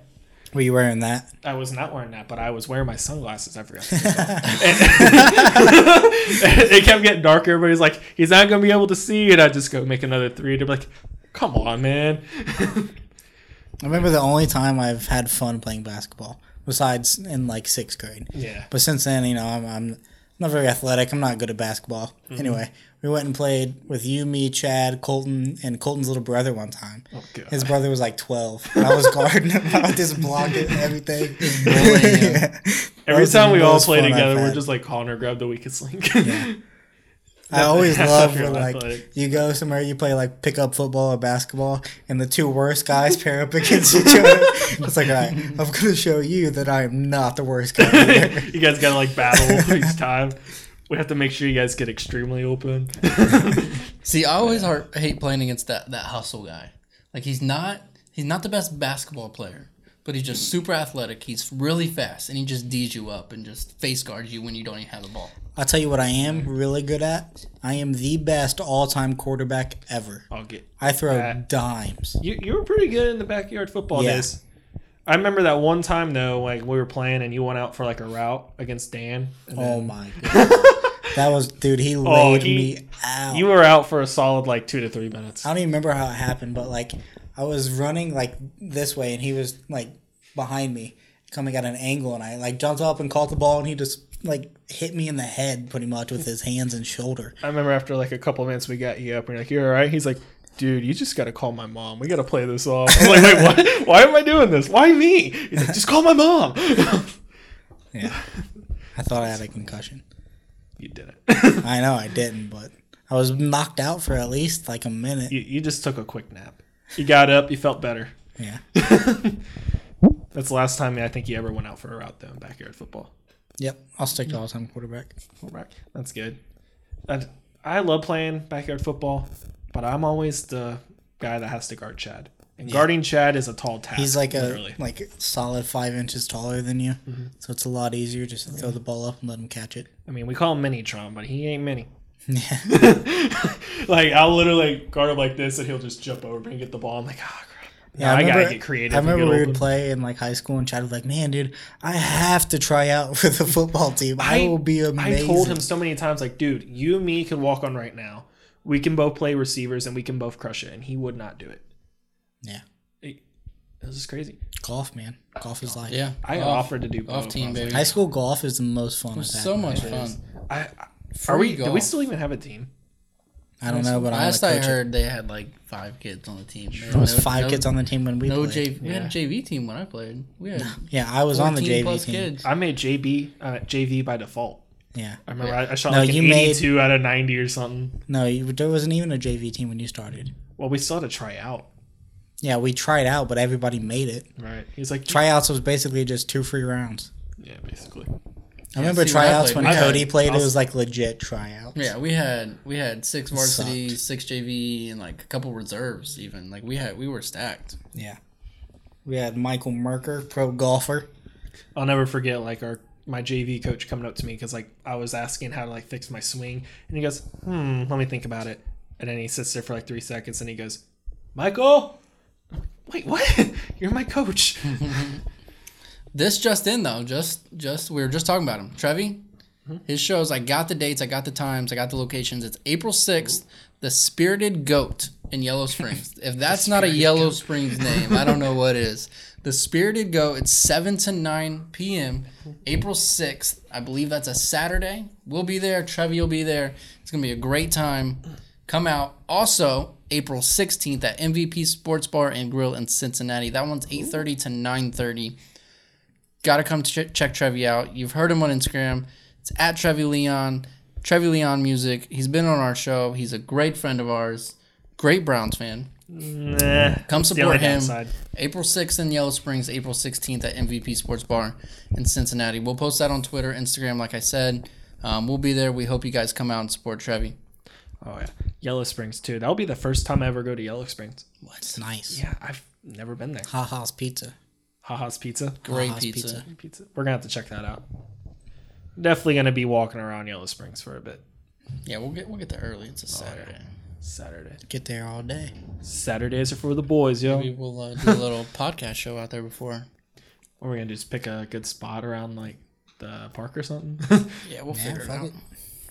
C: Were you wearing that?
D: I was not wearing that, but I was wearing my sunglasses. I forgot. To take off. And it kept getting darker. Everybody's like, "He's not gonna be able to see," and I just go make another three. They're like, "Come on, man!"
C: I remember the only time I've had fun playing basketball, besides in like sixth grade.
D: Yeah.
C: But since then, you know, I'm, I'm not very athletic. I'm not good at basketball. Anyway, we went and played with you, me, Chad, Colton, and Colton's little brother one time.
D: God.
C: His brother was like 12. and I was guarding him. I was just blocking everything. Yeah.
D: Every
C: was the
D: time we all
C: most
D: play
C: fun I've
D: together, we're
C: had.
D: just like Connor, grab the weakest link.
C: I always love
D: you're
C: when like
D: athletic.
C: you go somewhere, you play like pick up football or basketball, and the two worst guys pair up against each other. It's like, all right, I'm gonna show you that I am not the worst guy. here."
D: you guys gotta like battle each time. We have to make sure you guys get extremely open.
B: See, I always har hate playing against that that hustle guy. Like he's not he's not the best basketball player, but he's just super athletic. He's really fast, and he just D's you up and just face guards you when you don't even have the ball.
C: I'll tell you what I am really good at. I am the best all-time quarterback ever.
D: I'll get
C: I throw
D: That-
C: dimes.
D: you. You were pretty good in the backyard football
C: Yeah.
D: days. I remember that one time though, like we were playing and you went out for like a route against Dan. And then-
C: Oh my god, that was dude. He laid
D: Oh, he-
C: me out.
D: You were out for a solid like two to three minutes.
C: I don't even remember how it happened, but like I was running like this way, and he was like behind me, coming at an angle, and I like jumped up and caught the ball, and he just like hit me in the head pretty much with his hands and shoulder.
D: I remember after like a couple of minutes we got you up and you're like, You're alright? He's like, Dude, you just gotta call my mom. We gotta play this off. I'm like, wait, what? Why am I doing this? Why me? He's like, just call my mom.
C: Yeah, I thought I had a concussion.
D: you did it.
C: I know I didn't, but I was knocked out for at least like a minute.
D: you, you just took a quick nap. You got up, you felt better.
C: Yeah,
D: That's the last time I think you ever went out for a route though in backyard football.
C: yep. I'll stick to all-time quarterback.
D: Right. That's good. I, I love playing backyard football, but I'm always the guy that has to guard Chad. And guarding Chad is a tall task.
C: He's like a
D: literally.
C: like solid five inches taller than you,
B: Mm-hmm.
C: so it's a lot easier just to throw the ball up and let him catch it.
D: I mean, we call him Mini Tron, but he ain't Mini.
C: Yeah.
D: Like I'll literally guard him like this, and he'll just jump over me and get the ball. I'm like, ah, crap.
C: Yeah,
D: I,
C: remember-
D: gotta get creative.
C: I
D: and
C: remember
D: get
C: we
D: open.
C: would play in like high school, and Chad was like, "Man, dude, I have to try out for the football team. I, will be amazing."
D: I told him so many times, like, dude, you and me could walk on right now. We can both play receivers, and we can both crush it. And he would not do it.
C: "Yeah,
D: This is crazy.
C: golf, man. Golf is life.
B: Oh, Yeah.
D: I
B: Off-
D: offered to do both.
B: off team,
D: I was like,
B: baby.
C: high school golf is the most fun. I've had
B: so
C: in my
B: much
C: life.
B: fun.
D: I, I,
B: Free
D: are we? Do
B: golf.
D: we still even have a team?
C: I don't know, but I
B: Last
C: wanna
B: I
C: coach it.
B: heard, they had like five kids on the team. There
C: There was five kids on the team when we
B: No
C: played.
B: J. We had a JV team when I played. We had
C: yeah, I was on the
B: 14
C: JV
B: plus
C: team.
B: kids.
D: I made JB uh, JV by default.
C: Yeah,
D: I remember I, I shot
C: No,
D: like an
C: you made-
D: 82 out of 90 or something.
C: no, you, there wasn't even a JV team when you started.
D: Well, we still had to try out.
C: Yeah, we tried out, but everybody made it.
D: Right? He's like,
C: Tryouts was basically just two free rounds.
D: Yeah, basically.
C: I remember
B: see, when I
C: tryouts
B: played-
C: when
B: I played-
C: Cody played.
D: I was-
C: it was like legit tryouts.
B: Yeah, we had we had six varsity,
C: sucked.
B: six JV, and like a couple reserves. Even like we had we were stacked.
C: Yeah. We had Michael Merker, pro golfer.
D: I'll never forget like our my JV coach coming up to me because like I was asking how to like fix my swing, and he goes, "Hmm, let me think about it." And then he sits there for like three seconds, and he goes, "Michael, wait, what? You're my coach."
B: This just in though, just just we were just talking about him. Trevi, his shows. I got the dates, I got the times, I got the locations. It's April sixth. The Spirited Goat in Yellow Springs. if that's not a Yellow Springs name, I don't know what is. The Spirited Goat. It's seven to nine p.m. April sixth. I believe that's a Saturday. We'll be there. Trevi will be there. It's gonna be a great time. Come out. Also. April 16th at MVP Sports Bar and Grill in Cincinnati. That one's 8:30 to 9:30 gotta come ch- check Trevi out. You've heard him on Instagram. It's at Trevi Leon, Trevi Leon Music. He's been on our show. He's a great friend of ours. Great Browns fan.
D: nah,
B: Come support him.
D: downside.
B: April 6th in Yellow Springs, April 16th at MVP Sports Bar in Cincinnati. We'll post that on Twitter, Instagram, like I said. Um, we'll be there. We hope you guys come out and support Trevi.
D: Oh yeah, Yellow Springs too. That'll be the first time I ever go to Yellow Springs.
C: It's nice.
D: Yeah, I've never been there.
C: Ha Ha's Pizza.
D: Haha's Pizza.
B: Great
C: Ha's
B: pizza.
C: Pizza.
D: Pizza. We're gonna have to check that out. Definitely gonna be walking around Yellow Springs for a bit.
B: Yeah, we'll get we'll get there early. It's a Saturday.
D: Saturday.
C: Get there all day.
D: Saturdays are for the boys, yo.
B: Maybe we'll uh, do a little podcast show out there before.
D: Or we're gonna just pick a good spot around like the park or something.
B: Yeah, we'll
C: Yeah,
B: figure it
C: fuck
B: out.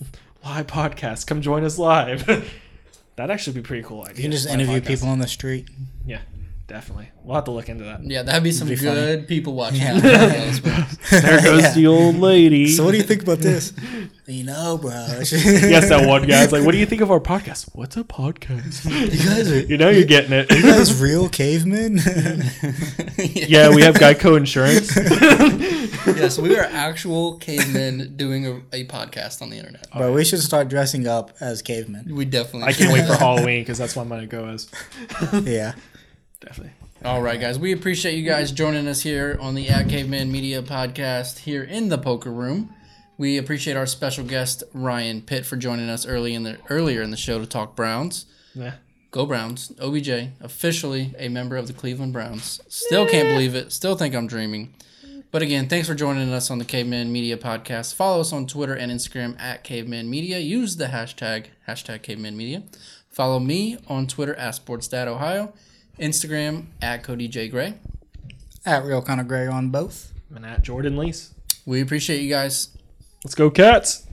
C: it.
D: live podcast. Come join us live. That'd actually be a pretty cool idea.
C: You can just
D: Live
C: interview
D: podcast.
C: people on the street.
D: Yeah, definitely. We'll have to look into that.
B: Yeah, that'd be some
C: be funny.
B: good people watching.
C: Yeah.
B: Yellow Springs.
D: There goes the old lady.
C: So what do you think about this? you know, bro. you
D: yes, that one guy's like, "What do you think of our podcast? What's a podcast?
C: guys are
D: you know, you're getting it."
C: you guys real cavemen?
D: yeah, we have Geico insurance.
B: Yes, we are actual cavemen doing a, a podcast on the internet.
C: Bro, we should start dressing up as cavemen.
B: We definitely.
D: I can't wait for Halloween because that's what I'm gonna go as.
C: Yeah.
D: Definitely.
B: All right, guys. We appreciate you guys joining us here on the At Caveman Media podcast here in the poker room. We appreciate our special guest Ryan Pitt for joining us early in the earlier in the show to talk Browns.
D: Yeah.
B: Go Browns! OBJ officially a member of the Cleveland Browns. Still can't believe it. Still think I'm dreaming. But again, thanks for joining us on the Caveman Media podcast. Follow us on Twitter and Instagram at Caveman Media. Use the hashtag hashtag Caveman Media. Follow me on Twitter at SportsDatOhio, Instagram at Cody J Gray.
C: at Real Kind of Gray on both.
D: And at Jordan Lease.
B: We appreciate you guys.
D: Let's go, Cats.